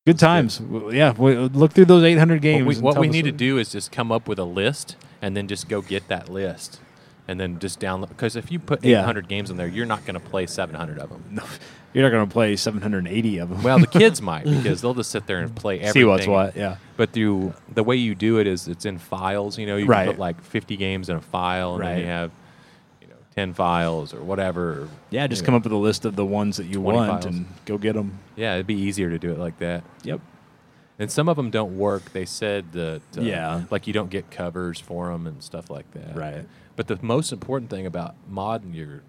Speaker 1: Good times. Well, Yeah, we, look through those 800 games.
Speaker 3: What we,
Speaker 1: and
Speaker 3: what
Speaker 1: tell
Speaker 3: we
Speaker 1: the
Speaker 3: need to
Speaker 1: story.
Speaker 3: do is just come up with a list and then just go get that list and then just download. Because if you put
Speaker 1: Yeah.
Speaker 3: 800 games in there, you're not going to play 700 of them.
Speaker 1: You're not going to play 780 of them.
Speaker 3: Well, the kids might because they'll just sit there and play everything.
Speaker 1: see what's what. Yeah.
Speaker 3: But you, the way you do it is it's in files. You know, you
Speaker 1: Right.
Speaker 3: can put like 50 games in a file, and then you
Speaker 1: Right.
Speaker 3: have, you know, 10 files or whatever.
Speaker 1: Yeah. Just
Speaker 3: you
Speaker 1: come
Speaker 3: know.
Speaker 1: up with a list of the ones that you
Speaker 3: 20
Speaker 1: want
Speaker 3: files.
Speaker 1: and go get them.
Speaker 3: Yeah, it'd be easier to do it like that.
Speaker 1: Yep.
Speaker 3: And some of them don't work. They said that, uh,
Speaker 1: Yeah.
Speaker 3: like you don't get covers for them and stuff like that.
Speaker 1: Right.
Speaker 3: But the most important thing about modding your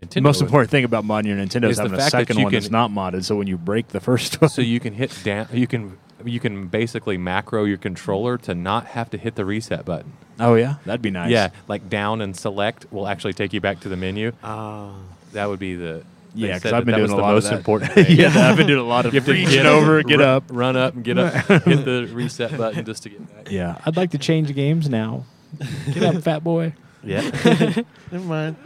Speaker 3: Nintendo
Speaker 1: the most
Speaker 3: is-
Speaker 1: important thing about modding your Nintendo
Speaker 3: is
Speaker 1: is
Speaker 3: the
Speaker 1: having a
Speaker 3: fact that
Speaker 1: second
Speaker 3: you
Speaker 1: one that's
Speaker 3: can-
Speaker 1: not modded. So when you break the first one,
Speaker 3: so you can hit down. You can you can basically macro your controller to not have to hit the reset button.
Speaker 1: oh yeah, that'd be nice.
Speaker 3: Yeah, like down and select will actually take you back to the menu.
Speaker 4: Ah.
Speaker 3: That would be the they
Speaker 1: yeah.
Speaker 3: said
Speaker 1: Because I've been
Speaker 3: that that
Speaker 1: doing
Speaker 3: was
Speaker 1: a
Speaker 3: the
Speaker 1: lot
Speaker 3: most
Speaker 1: of that.
Speaker 3: important. Thing.
Speaker 1: yeah, I've been doing a lot of
Speaker 3: You have to
Speaker 1: reaching
Speaker 3: get
Speaker 1: over, get
Speaker 3: ru-
Speaker 1: up.
Speaker 3: run up, and get up, hit the reset button just to get back.
Speaker 1: Yeah, I'd like to change games now. Get up, fat boy.
Speaker 3: Yeah,
Speaker 2: Never mind.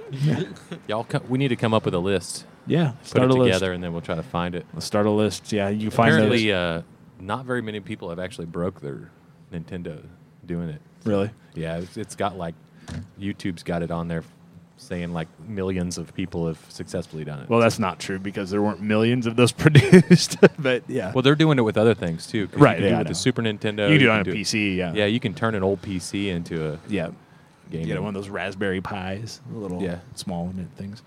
Speaker 3: y'all, come, we need to come up with a list,
Speaker 1: Yeah,
Speaker 3: put
Speaker 1: start
Speaker 3: it
Speaker 1: a
Speaker 3: together,
Speaker 1: list.
Speaker 3: and then we'll try to find it.
Speaker 1: Let's start a list. Yeah, you find
Speaker 3: Apparently,
Speaker 1: those.
Speaker 3: uh, not very many people have actually broke their Nintendo doing it.
Speaker 1: Really?
Speaker 3: Yeah, it's, it's got like YouTube's got it on there saying like millions of people have successfully done it.
Speaker 1: Well, that's not true because there weren't millions of those produced. but yeah,
Speaker 3: Well, they're doing it with other things too. 'cause
Speaker 1: Right,
Speaker 3: You can do
Speaker 1: yeah,
Speaker 3: it
Speaker 1: I
Speaker 3: with
Speaker 1: know.
Speaker 3: the Super Nintendo.
Speaker 1: you can do it on a
Speaker 3: can
Speaker 1: PC. Yeah,
Speaker 3: Yeah, you can turn an old PC into a
Speaker 1: yeah.
Speaker 3: game.
Speaker 1: You get one of those Raspberry Pis, the little
Speaker 3: Yeah.
Speaker 1: small one things.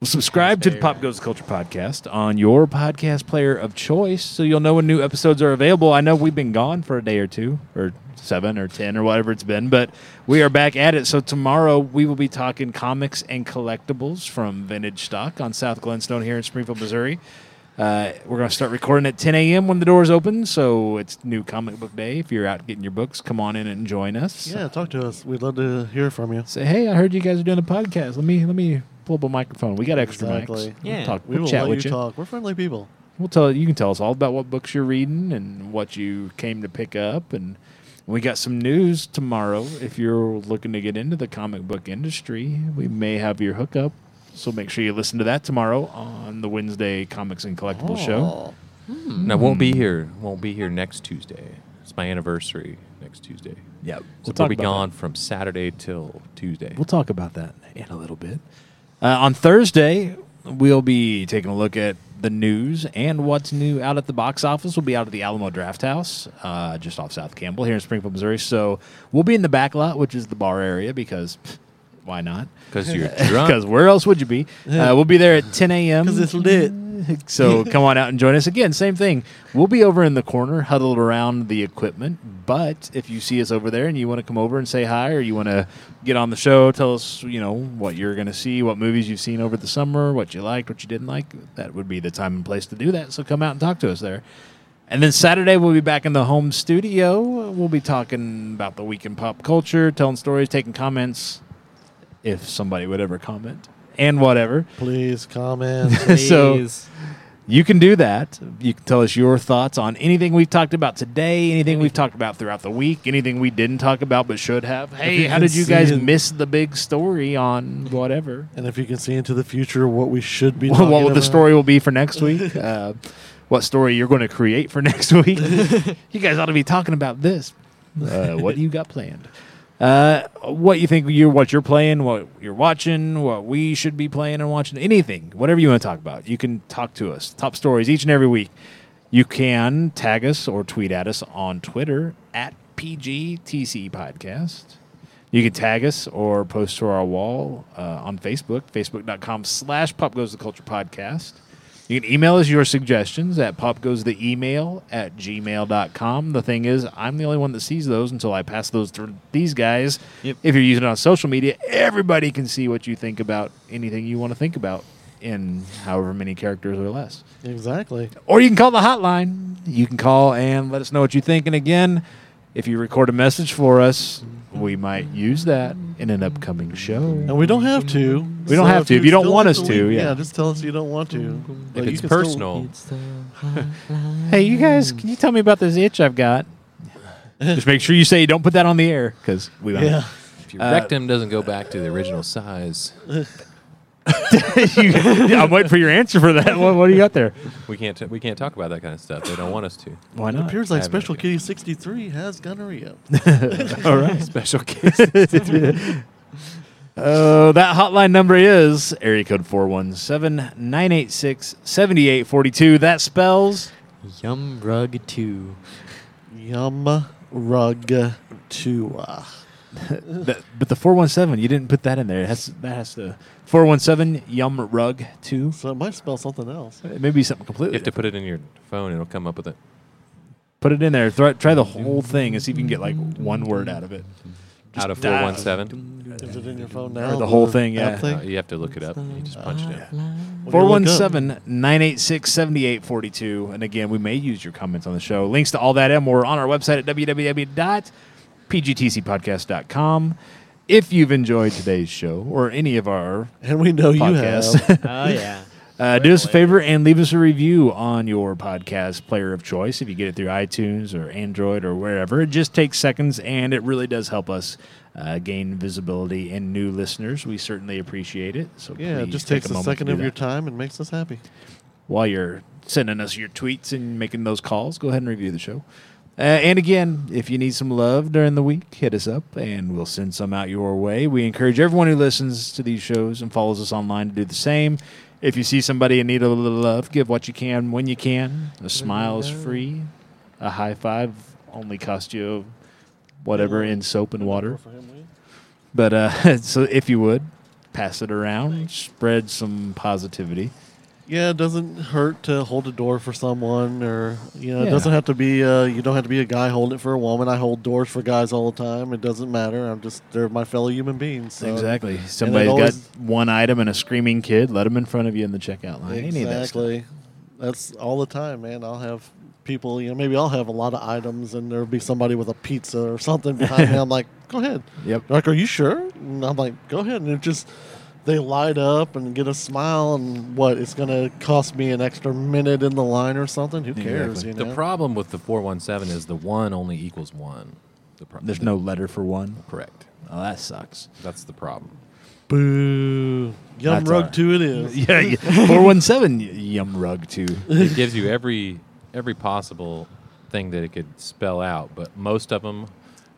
Speaker 1: Well, subscribe to the
Speaker 4: Raspberry
Speaker 1: Pop Goes the Culture podcast on your podcast player of choice, so you'll know when new episodes are available. I know we've been gone for a day or two, or seven, or ten, or whatever it's been, but we are back at it. So tomorrow we will be talking comics and collectibles from vintage stock on South Glenstone here in Springfield, Missouri. Uh, we're going to start recording at 10 a.m. when the doors open, so it's new comic book day. If you're out getting your books, come on in and join us
Speaker 2: Yeah, talk to us. We'd love to hear from you.
Speaker 1: say, "Hey, I heard you guys are doing a podcast. Let me let me pull up a microphone. We got extra
Speaker 2: Exactly.
Speaker 1: mics.
Speaker 4: Yeah.
Speaker 1: we'll talk,
Speaker 2: We
Speaker 1: we'll
Speaker 2: will
Speaker 1: chat
Speaker 2: let
Speaker 1: with
Speaker 2: you
Speaker 1: you.
Speaker 2: talk. We're friendly people.
Speaker 1: We'll tell you can tell us all about what books you're reading and what you came to pick up, and we got some news tomorrow. If you're looking to get into the comic book industry, we may have your hookup. So make sure you listen to that tomorrow on the Wednesday Comics and Collectibles show.
Speaker 2: Aw.
Speaker 3: And I won't
Speaker 1: Hmm.
Speaker 3: be here. Won't be here next Tuesday. It's my anniversary next Tuesday.
Speaker 1: Yep,
Speaker 3: So we'll, be
Speaker 1: about
Speaker 3: gone
Speaker 1: that.
Speaker 3: from Saturday till Tuesday.
Speaker 1: We'll talk about that in a little bit. Uh, on Thursday, we'll be taking a look at the news and what's new out at the box office. We'll be out at the Alamo Draft House, uh, just off South Campbell here in Springfield, Missouri. So we'll be in the back lot, which is the bar area, because pff, why not?
Speaker 3: Because you're
Speaker 1: Because
Speaker 3: drunk.
Speaker 1: where else would you be? Uh, we'll be there at 10 a.m.
Speaker 2: 'Cause it's lit.
Speaker 1: So come on out and join us again. Same thing. We'll be over in the corner, huddled around the equipment. But if you see us over there and you want to come over and say hi, or you want to get on the show, tell us you know what you're going to see, what movies you've seen over the summer, what you liked, what you didn't like. That would be the time and place to do that. So come out and talk to us there. And then Saturday we'll be back in the home studio. We'll be talking about the week in pop culture, telling stories, taking comments, if somebody would ever comment, and whatever.
Speaker 2: Please comment.
Speaker 1: So-
Speaker 4: Please.
Speaker 1: You can do that. You can tell us your thoughts on anything we've talked about today, anything we've talked about throughout the week, anything we didn't talk about but should have. Hey,
Speaker 2: you
Speaker 1: how
Speaker 2: can
Speaker 1: did you
Speaker 2: see
Speaker 1: guys
Speaker 2: it-
Speaker 1: miss the big story on whatever?
Speaker 2: and if you can see into the future, what we should be.
Speaker 1: what
Speaker 2: talking
Speaker 1: will the
Speaker 2: about.
Speaker 1: story will be for next week? Uh, what story you're going to create for next week? you guys ought to be talking about this. Uh, what do you got planned? Uh, what you think you what you're playing, what you're watching, what we should be playing and watching, anything, whatever you want to talk about, you can talk to us. Top stories each and every week. You can tag us or tweet at us on Twitter at PGTC Podcast. You can tag us or post to our wall uh, on Facebook, facebook.com slash Pop Goes the Culture Podcast. You can email us your suggestions at popgoestheemail at gmail.com. The thing is, I'm the only one that sees those until I pass those through these guys.
Speaker 4: Yep.
Speaker 1: If you're using it on social media, everybody can see what you think about anything you want to think about in however many characters or less.
Speaker 2: Exactly.
Speaker 1: Or you can call the hotline. You can call and let us know what you think. And again, if you record a message for us, we might use that in an upcoming show.
Speaker 2: And we don't have to.
Speaker 1: We don't have to. If you don't
Speaker 2: still
Speaker 1: want
Speaker 2: like
Speaker 1: us to, yeah.
Speaker 2: yeah, Mm-hmm. just tell us you don't want to. But
Speaker 3: If
Speaker 2: you
Speaker 3: it's
Speaker 2: can still-
Speaker 3: personal,
Speaker 1: Hey, you guys, can you tell me about this itch I've got? Just make sure you say don't put that on the air because we won't.
Speaker 2: yeah.
Speaker 3: if your rectum doesn't go back to the original size,
Speaker 1: You- I'm waiting for your answer for that. What, what do you got there?
Speaker 3: we can't t- we can't talk about that kind of stuff. They don't want us to.
Speaker 1: Why
Speaker 2: It
Speaker 1: not?
Speaker 2: appears like
Speaker 3: Have it.
Speaker 2: Special Kitty 63 has gonorrhea.
Speaker 1: All right.
Speaker 3: Special case.
Speaker 1: Oh, that hotline number is area code 417-986-7842. That spells
Speaker 4: Yum Rug 2.
Speaker 2: Yum rug uh, tua.
Speaker 1: that, but the 417, you didn't put that in there. It has that has to 417 yum rug 2.
Speaker 2: So it might spell something else.
Speaker 1: It may be something
Speaker 3: You
Speaker 1: completely.
Speaker 3: have to
Speaker 1: different.
Speaker 3: put it in your phone, it'll come up with it.
Speaker 1: put it in there. Thro- try the whole thing and see if you can get like one word out of it.
Speaker 3: out of
Speaker 1: dial.
Speaker 3: 417.
Speaker 2: Is it in your phone now?
Speaker 1: the whole thing,
Speaker 2: app
Speaker 1: yeah.
Speaker 3: Uh, you have to look it up. You just punch it in.
Speaker 2: What do you look up?
Speaker 1: 417 986 7842. And again, we may use your comments on the show. Links to all that and more on our website at www.pgtcpodcast.com. If you've enjoyed today's show or any of our
Speaker 2: And we know Oh, you have.
Speaker 1: podcasts,
Speaker 4: Oh, yeah.
Speaker 1: uh, do us a favor and leave us a review on your podcast player of choice. If you get it through iTunes or Android or wherever, it just takes seconds and it really does help us. Uh, gain visibility and new listeners. We certainly appreciate it. So
Speaker 2: Yeah, it
Speaker 1: please
Speaker 2: just
Speaker 1: take
Speaker 2: takes
Speaker 1: a,
Speaker 2: a
Speaker 1: moment to
Speaker 2: second
Speaker 1: do
Speaker 2: of your
Speaker 1: that
Speaker 2: time and makes us happy.
Speaker 1: while you're sending us your tweets and making those calls, go ahead and review the show. Uh, and again, if you need some love during the week, hit us up and we'll send some out your way. We encourage everyone who listens to these shows and follows us online to do the same. If you see somebody in need of a little love, give what you can when you can. A smile is free. A high five only costs you whatever in soap and water. But uh, so if you would, pass it around, spread some positivity.
Speaker 2: Yeah, it doesn't hurt to hold a door for someone, or you know,
Speaker 1: Yeah.
Speaker 2: it doesn't have to be. Uh, you don't have to be a guy holding it for a woman. I hold doors for guys all the time. It doesn't matter. I'm just they're my fellow human beings. So.
Speaker 1: Exactly. Somebody's
Speaker 2: always-
Speaker 1: got one item and a screaming kid. Let them in front of you in the checkout line. Any of that stuff.
Speaker 2: Exactly. That's all the time, man. I'll have people. You know, maybe I'll have a lot of items, and there'll be somebody with a pizza or something behind me. I'm like, go ahead.
Speaker 1: Yep.
Speaker 2: They're like, are you sure? And I'm like, go ahead. And it just, they light up and get a smile. And what? It's going to cost me an extra minute in the line or something? Who cares?
Speaker 1: Exactly.
Speaker 2: You know?
Speaker 3: The problem with the 417 is the one only equals one. The pro-
Speaker 1: There's
Speaker 3: the-
Speaker 1: no letter for one.
Speaker 3: correct.
Speaker 1: Oh, that sucks.
Speaker 3: That's the problem.
Speaker 2: Boo. Yum
Speaker 1: That's
Speaker 2: rug
Speaker 1: all right.
Speaker 2: too, it is.
Speaker 1: yeah, yeah. 417 y- Yum Rug 2.
Speaker 3: It gives you every every possible thing that it could spell out, but most of them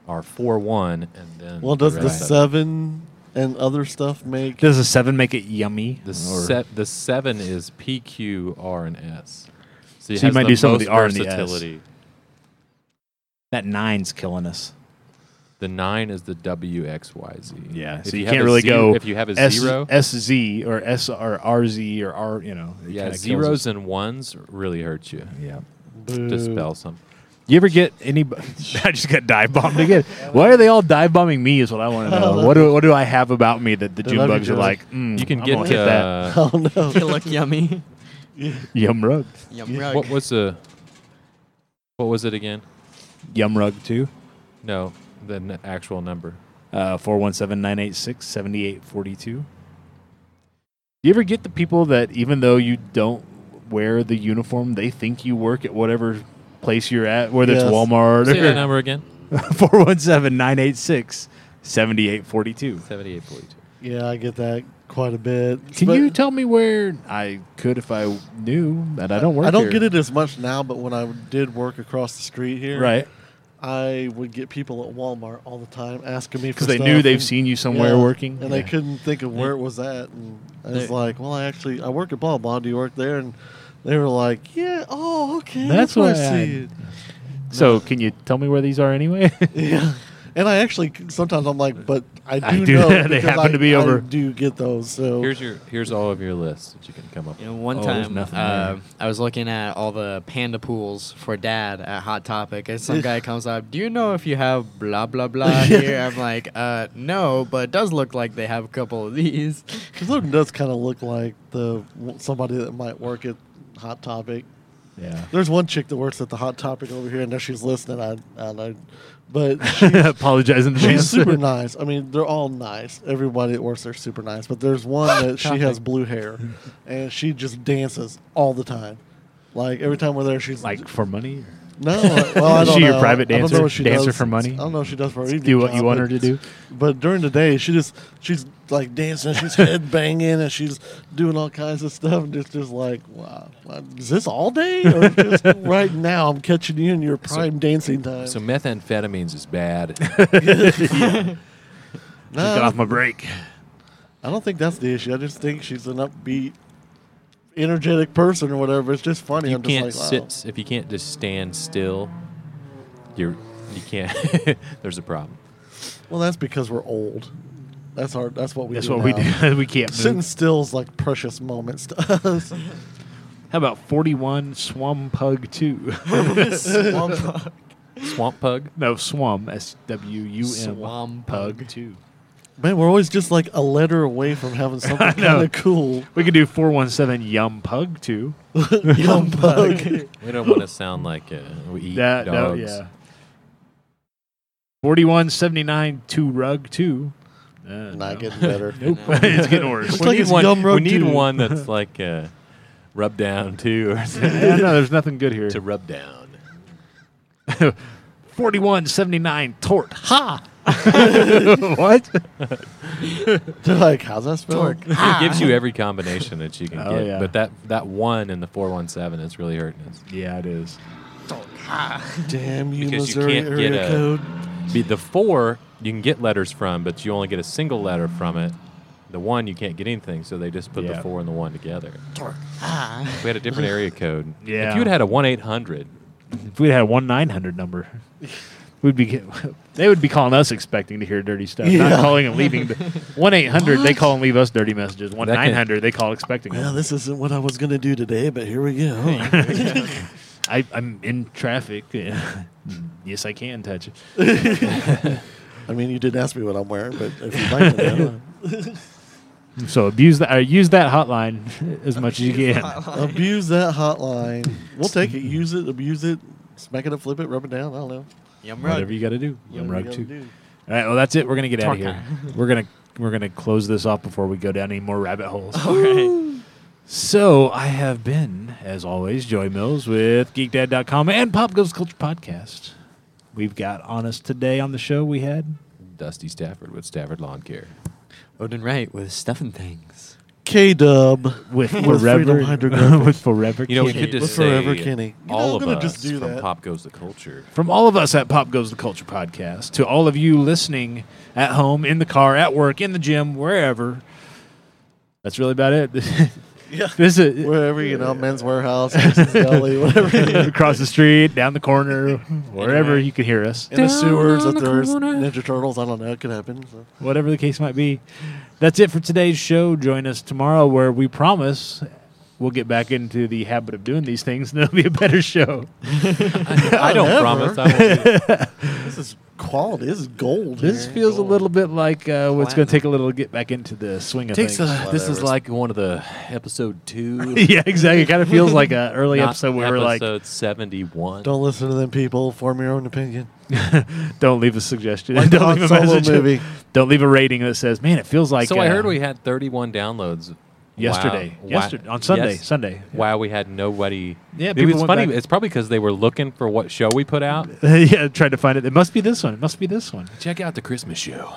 Speaker 3: are 41 and then
Speaker 2: Well, does the
Speaker 3: rest of it.
Speaker 2: seven and other stuff make.
Speaker 1: Does a 7 make it yummy?
Speaker 3: The,
Speaker 1: Or-
Speaker 3: se- the seven is P, Q, R, and S. So, it
Speaker 1: So you
Speaker 3: has
Speaker 1: might
Speaker 3: the
Speaker 1: do some of
Speaker 3: most
Speaker 1: the R and the S.
Speaker 3: versatility.
Speaker 1: That 9's killing us.
Speaker 3: The nine is the W, X, Y, Z.
Speaker 1: Yeah.
Speaker 3: If
Speaker 1: so you,
Speaker 3: have
Speaker 1: can't
Speaker 3: a
Speaker 1: really
Speaker 3: zero-
Speaker 1: go
Speaker 3: If you have a
Speaker 1: S-
Speaker 3: zero,
Speaker 1: SZ or S or RZ or R, you know. it
Speaker 3: yeah,
Speaker 1: kinda kills
Speaker 3: zeros
Speaker 1: us.
Speaker 3: and ones really hurt you
Speaker 1: Yeah.
Speaker 2: Boo.
Speaker 3: to spell some.
Speaker 1: You ever get any? I just got dive bombed again. Why are they all dive bombing me? Is what I want to know. What do what do I have about me that the
Speaker 2: They
Speaker 1: June
Speaker 2: love you,
Speaker 1: bugs are
Speaker 2: Joey.
Speaker 1: like? Mm,
Speaker 3: You can
Speaker 1: I'm
Speaker 3: get,
Speaker 1: gonna hit that
Speaker 3: uh,
Speaker 2: Oh, no.
Speaker 4: You look yummy.
Speaker 1: yum rug,
Speaker 4: Yum Rug.
Speaker 3: What was the? What was it again?
Speaker 1: yum rug too.
Speaker 3: No, the n- actual number.
Speaker 1: uh, Four one seven nine eight six seventy eight forty two. Do you ever get the people that even though you don't wear the uniform, they think you work at whatever place you're at, whether
Speaker 2: Yes.
Speaker 1: it's Walmart
Speaker 3: Say that
Speaker 1: or
Speaker 3: number again.
Speaker 1: four one seven nine eight six seventy eight forty two.
Speaker 3: Seventy-eight forty-two.
Speaker 2: Yeah, I get that quite a bit.
Speaker 1: Can
Speaker 2: But-
Speaker 1: you tell me where I could if I knew that I don't work?
Speaker 2: I don't
Speaker 1: here?
Speaker 2: get it as much now, but when I did work across the street here,
Speaker 1: right.
Speaker 2: I would get people at Walmart all the time asking me for
Speaker 1: because they
Speaker 2: stuff
Speaker 1: knew they've
Speaker 2: and-
Speaker 1: seen you somewhere
Speaker 2: yeah,
Speaker 1: working,
Speaker 2: and they couldn't think of where it was at. And I was
Speaker 4: They-
Speaker 2: like, "Well, I actually I work at blah blah. Do you work there?" And they were like, "Yeah, oh, okay,
Speaker 1: That's
Speaker 2: that's, where I
Speaker 1: why I-
Speaker 2: see it."
Speaker 1: So, can you tell me where these are anyway?
Speaker 2: Yeah, and I actually sometimes I'm like, "But I do,
Speaker 1: I do-
Speaker 2: know
Speaker 1: they
Speaker 2: because
Speaker 1: happen
Speaker 2: I-
Speaker 1: to be
Speaker 2: I
Speaker 1: over-
Speaker 2: do get those." So
Speaker 3: Here's your here's all of your lists that you can come up.
Speaker 4: You know, one
Speaker 1: Oh, there's
Speaker 4: time
Speaker 1: nothing
Speaker 4: uh,
Speaker 1: there.
Speaker 4: I was looking at all the panda pools for dad at Hot Topic, and some guy comes up, Do you know if you have blah, blah, blah here? I'm like, uh, No, but it does look like they have a couple of these.
Speaker 2: Because Loden does kind of look like the somebody that might work at Hot Topic.
Speaker 1: yeah.
Speaker 2: There's one chick that works at the Hot Topic over here, and now she's listening. I, I know, but she,
Speaker 1: Apologize in
Speaker 2: she's
Speaker 1: advance.
Speaker 2: super nice. I mean, they're all nice. Everybody that works there is super nice. But there's one that she has blue hair, and she just dances all the time. Like every time we're there, she's
Speaker 1: like for money.
Speaker 2: no. Well, I
Speaker 1: Is
Speaker 2: don't
Speaker 1: she your
Speaker 2: know.
Speaker 1: private
Speaker 2: I don't know
Speaker 1: dancer?
Speaker 2: what she
Speaker 1: Dancer
Speaker 2: does.
Speaker 1: for money?
Speaker 2: I don't know what she does for her evening
Speaker 1: Do what you
Speaker 2: job,
Speaker 1: want
Speaker 2: but-
Speaker 1: her to do.
Speaker 2: but during the day, she just she's like dancing, she's head banging, and she's doing all kinds of stuff, and it's just like, wow, what- is this all day or just right now? I'm catching you in your prime dancing time.
Speaker 3: with. So methamphetamines is bad.
Speaker 1: Just
Speaker 2: no,
Speaker 1: got off my break.
Speaker 2: I don't think that's the issue. I just think she's an upbeat, energetic person or whatever. It's just funny.
Speaker 3: you
Speaker 2: I'm
Speaker 3: can't
Speaker 2: just like, wow.
Speaker 3: sit if you can't just stand still. You're you can't. there's a problem.
Speaker 2: Well, that's because we're old. That's our. That's what we.
Speaker 1: That's
Speaker 2: do
Speaker 1: what we
Speaker 2: now.
Speaker 1: do. we can't move.
Speaker 2: Sitting still is like precious moments to us.
Speaker 1: How about 41 Swum Pug 2?
Speaker 4: Swamp,
Speaker 3: Swamp pug.
Speaker 1: no, Swum, S W U M.
Speaker 4: Swamp
Speaker 1: Pug
Speaker 4: Pug.
Speaker 1: 2.
Speaker 2: Man, we're always just like a letter away from having something
Speaker 1: know.
Speaker 2: kind of cool.
Speaker 1: We could do 417 Yum Pug 2.
Speaker 2: Yum bug.
Speaker 3: We don't want to sound like uh, we eat
Speaker 1: That, that,
Speaker 3: dogs.
Speaker 1: yeah. 4179 2 Rug 2. Uh, no.
Speaker 2: Not getting better.
Speaker 1: Nope. it's getting worse.
Speaker 2: It's like
Speaker 3: need
Speaker 2: it's
Speaker 3: one.
Speaker 2: Yum Rug
Speaker 3: we need
Speaker 2: too.
Speaker 3: one that's like uh, rub down too, or something.
Speaker 1: yeah, no, there's nothing good here.
Speaker 3: to rub down.
Speaker 1: 4179 Tort. Ha! what?
Speaker 2: They're like, how's that spelled?
Speaker 3: It gives you every combination that you can
Speaker 1: Oh,
Speaker 3: get,
Speaker 1: yeah.
Speaker 3: but that that one in the four one seven is really hurting us.
Speaker 1: Yeah, it is.
Speaker 2: Damn you,
Speaker 3: Because you
Speaker 2: Missouri
Speaker 3: can't
Speaker 2: area
Speaker 3: get a-
Speaker 2: code.
Speaker 3: Be the four you can get letters from, but you only get a single letter from it. The one you can't get anything, so they just put
Speaker 1: Yeah.
Speaker 3: the four and the one together. If we had a different area code.
Speaker 1: Yeah.
Speaker 3: If you'd had a one eight hundred,
Speaker 1: If we'd had one nine hundred number, we'd be get- they would be calling us expecting to hear dirty stuff, not
Speaker 2: Yeah.
Speaker 1: calling and leaving. One eight hundred they call and leave us dirty messages. One
Speaker 3: That can-
Speaker 1: nine hundred they call expecting.
Speaker 2: Well,
Speaker 1: them.
Speaker 2: this isn't what I was going to do today, but here we go.
Speaker 1: I, I'm in traffic. yes, I can touch it.
Speaker 2: I mean, you didn't ask me what I'm wearing, but if you'd like to know,
Speaker 1: So abuse that. Uh, use that hotline as much as you can.
Speaker 2: abuse that hotline. We'll take it. Use it, abuse it, smack it up, flip it, rub it down. I don't know.
Speaker 4: Yum rug.
Speaker 1: Whatever you got to do. Yum
Speaker 2: Whatever you
Speaker 1: rug
Speaker 2: gotta
Speaker 1: too.
Speaker 2: do.
Speaker 1: All right. Well, that's it. We're gonna get out of
Speaker 4: Torque.
Speaker 1: here. We're gonna we're gonna close this off before we go down any more rabbit holes.
Speaker 4: All right.
Speaker 1: So I have been, as always, Joey Mills with GeekDad.com and Pop Goes the Culture Podcast. We've got on us today on the show we had
Speaker 3: Dusty Stafford with Stafford Lawn Care.
Speaker 4: Odin Wright with Stuffin' Things.
Speaker 2: K Dub.
Speaker 1: with
Speaker 2: With
Speaker 1: Forever
Speaker 2: Freedom Hydrographic.
Speaker 1: with Forever
Speaker 3: You know, we
Speaker 1: Kenny.
Speaker 3: could just
Speaker 2: Look forever,
Speaker 3: say
Speaker 2: Kenny. You know,
Speaker 3: all
Speaker 2: I'm
Speaker 3: of
Speaker 2: gonna
Speaker 3: us
Speaker 2: just do
Speaker 3: from
Speaker 2: that.
Speaker 3: Pop Goes the Culture.
Speaker 1: From all of us at Pop Goes the Culture Podcast to all of you listening at home, in the car, at work, in the gym, wherever. That's really about it.
Speaker 2: Yeah.
Speaker 1: this is
Speaker 2: Wherever, you know, men's warehouse, Jason's deli, whatever.
Speaker 1: across the street, down the corner, wherever you can hear us.
Speaker 2: In the sewers,
Speaker 3: Down
Speaker 2: if
Speaker 3: the
Speaker 2: there's
Speaker 3: corner.
Speaker 2: Ninja Turtles, I don't know. It could happen. So.
Speaker 1: whatever the case might be. That's it for today's show. Join us tomorrow where we promise we'll get back into the habit of doing these things and it'll be a better show.
Speaker 3: I don't
Speaker 2: Whatever.
Speaker 3: promise. I won't
Speaker 2: This is quality. This is gold.
Speaker 1: This
Speaker 2: here.
Speaker 1: feels a little bit like uh, well, it's going
Speaker 4: Platinum.
Speaker 1: to take a little to get back into the swing of
Speaker 3: takes
Speaker 1: things.
Speaker 3: a, this is like one of the episode two
Speaker 1: yeah, exactly. It kind of feels like an early
Speaker 3: not
Speaker 1: episode where we're like,
Speaker 3: episode 71
Speaker 2: Don't listen to them people. Form your own opinion.
Speaker 1: don't leave a suggestion.
Speaker 2: Like the
Speaker 1: don't leave
Speaker 2: Han
Speaker 1: a
Speaker 2: Solo
Speaker 1: message.
Speaker 2: movie.
Speaker 1: Don't leave a rating that says, man, it feels like.
Speaker 3: so i
Speaker 1: uh,
Speaker 3: heard we had 31 downloads
Speaker 1: Yesterday.
Speaker 3: Wow. Wow.
Speaker 1: Yesterday. On Sunday.
Speaker 3: Yes.
Speaker 1: Sunday.
Speaker 3: wow we had nobody
Speaker 1: Yeah,
Speaker 3: It
Speaker 1: people
Speaker 3: was
Speaker 1: went
Speaker 3: funny
Speaker 1: back-
Speaker 3: it's probably because they were looking for what show we put out
Speaker 1: yeah, tried to find it. It must be this one. It must be this one.
Speaker 3: check out the christmas show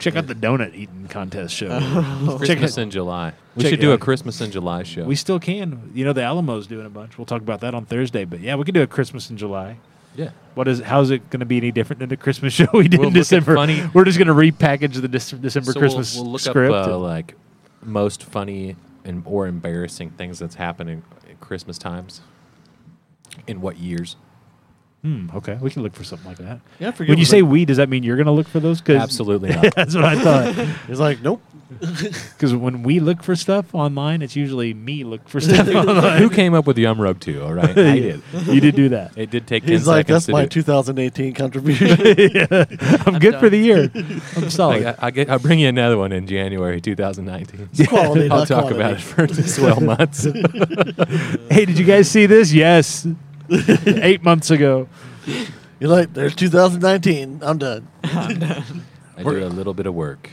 Speaker 1: Check out the donut eating contest show.
Speaker 3: christmas in july we
Speaker 1: Check
Speaker 3: should
Speaker 1: it
Speaker 3: do a
Speaker 1: out.
Speaker 3: christmas in july show
Speaker 1: We still can. You know, the Alamo's doing a bunch. We'll talk about that on Thursday. But yeah, we could do a Christmas in July.
Speaker 3: yeah
Speaker 1: What is? How's it going to be any different than the Christmas show we did
Speaker 3: We'll
Speaker 1: in
Speaker 3: look at
Speaker 1: December?
Speaker 3: funny-
Speaker 1: We're just going to repackage the Dec- December
Speaker 3: So we'll-
Speaker 1: Christmas
Speaker 3: we'll, look
Speaker 1: script.
Speaker 3: up uh,
Speaker 1: and-
Speaker 3: like most funny and or embarrassing things that's happening at christmas times in what years
Speaker 1: hmm, okay, we can look for something like that.
Speaker 2: Yeah, I forget
Speaker 1: When you
Speaker 2: what
Speaker 1: say
Speaker 2: they-
Speaker 1: we, does that mean you're going to look for those? 'Cause-
Speaker 3: absolutely not
Speaker 1: that's what I thought.
Speaker 2: He's like, nope.
Speaker 1: Because when we look for stuff online, it's usually me look for stuff online.
Speaker 3: Who came up with Yum Rub 2? All right. I did.
Speaker 1: You did do that.
Speaker 3: It did take 10
Speaker 2: He's like,
Speaker 3: seconds
Speaker 2: that's
Speaker 3: to
Speaker 2: my
Speaker 3: do.
Speaker 2: 2018 contribution.
Speaker 1: I'm, good for the year. I'm solid.
Speaker 3: I, I get, I'll bring you another one in January 2019.
Speaker 2: quality,
Speaker 3: I'll
Speaker 2: not
Speaker 3: talk
Speaker 2: quantity.
Speaker 3: about it for 12 months.
Speaker 1: hey, did you guys see this? Yes, eight months ago.
Speaker 2: You're like, there's 2019. I'm done.
Speaker 3: I did a little bit of work.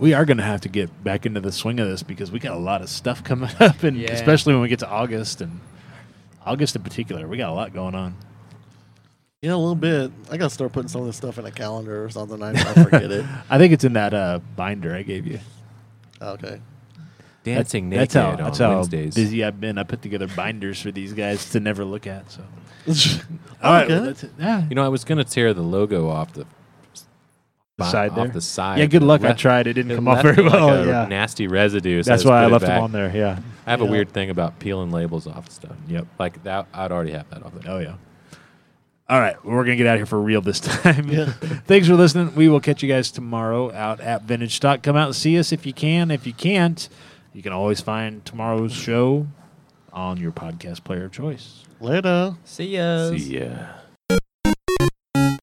Speaker 1: we are going to have to get back into the swing of this because we got a lot of stuff coming up, and
Speaker 4: Yeah.
Speaker 1: especially when we get to August and August in particular, we got a lot going on.
Speaker 2: Yeah, a little bit. I gotta start putting some of this stuff in a calendar or something. I, I forget it.
Speaker 1: I think it's in that uh, binder I gave you.
Speaker 2: Okay.
Speaker 3: Dancing
Speaker 1: That's
Speaker 3: naked
Speaker 1: how
Speaker 3: on
Speaker 1: that's how
Speaker 3: Wednesdays.
Speaker 1: busy I've been. I put together binders for these guys to never look at. So
Speaker 3: Oh,
Speaker 2: okay.
Speaker 1: all right, well, that's it. Yeah.
Speaker 3: You know, I was going to tear the logo off the bo-
Speaker 1: side
Speaker 3: off
Speaker 1: there.
Speaker 3: the side.
Speaker 1: Yeah, good
Speaker 3: It
Speaker 1: luck. I
Speaker 3: left-
Speaker 1: tried. It didn't
Speaker 3: it
Speaker 1: come off
Speaker 3: left
Speaker 1: very
Speaker 3: like
Speaker 1: well.
Speaker 3: a
Speaker 1: yeah,
Speaker 3: nasty residue. so
Speaker 1: that's
Speaker 3: just
Speaker 1: why I
Speaker 3: put it
Speaker 1: left them
Speaker 3: back.
Speaker 1: on there. Yeah.
Speaker 3: I have a
Speaker 2: Yeah.
Speaker 3: weird thing about peeling labels off stuff.
Speaker 1: Yep.
Speaker 3: Like that, I'd already have that off there.
Speaker 1: Oh yeah. All right, we're gonna get out of here for real this time.
Speaker 2: Yeah.
Speaker 1: Thanks for listening. We will catch you guys tomorrow out at Vintage Stock. Come out and see us if you can. If you can't, you can always find tomorrow's show on your podcast player of choice.
Speaker 2: Later.
Speaker 4: See ya.
Speaker 3: See ya.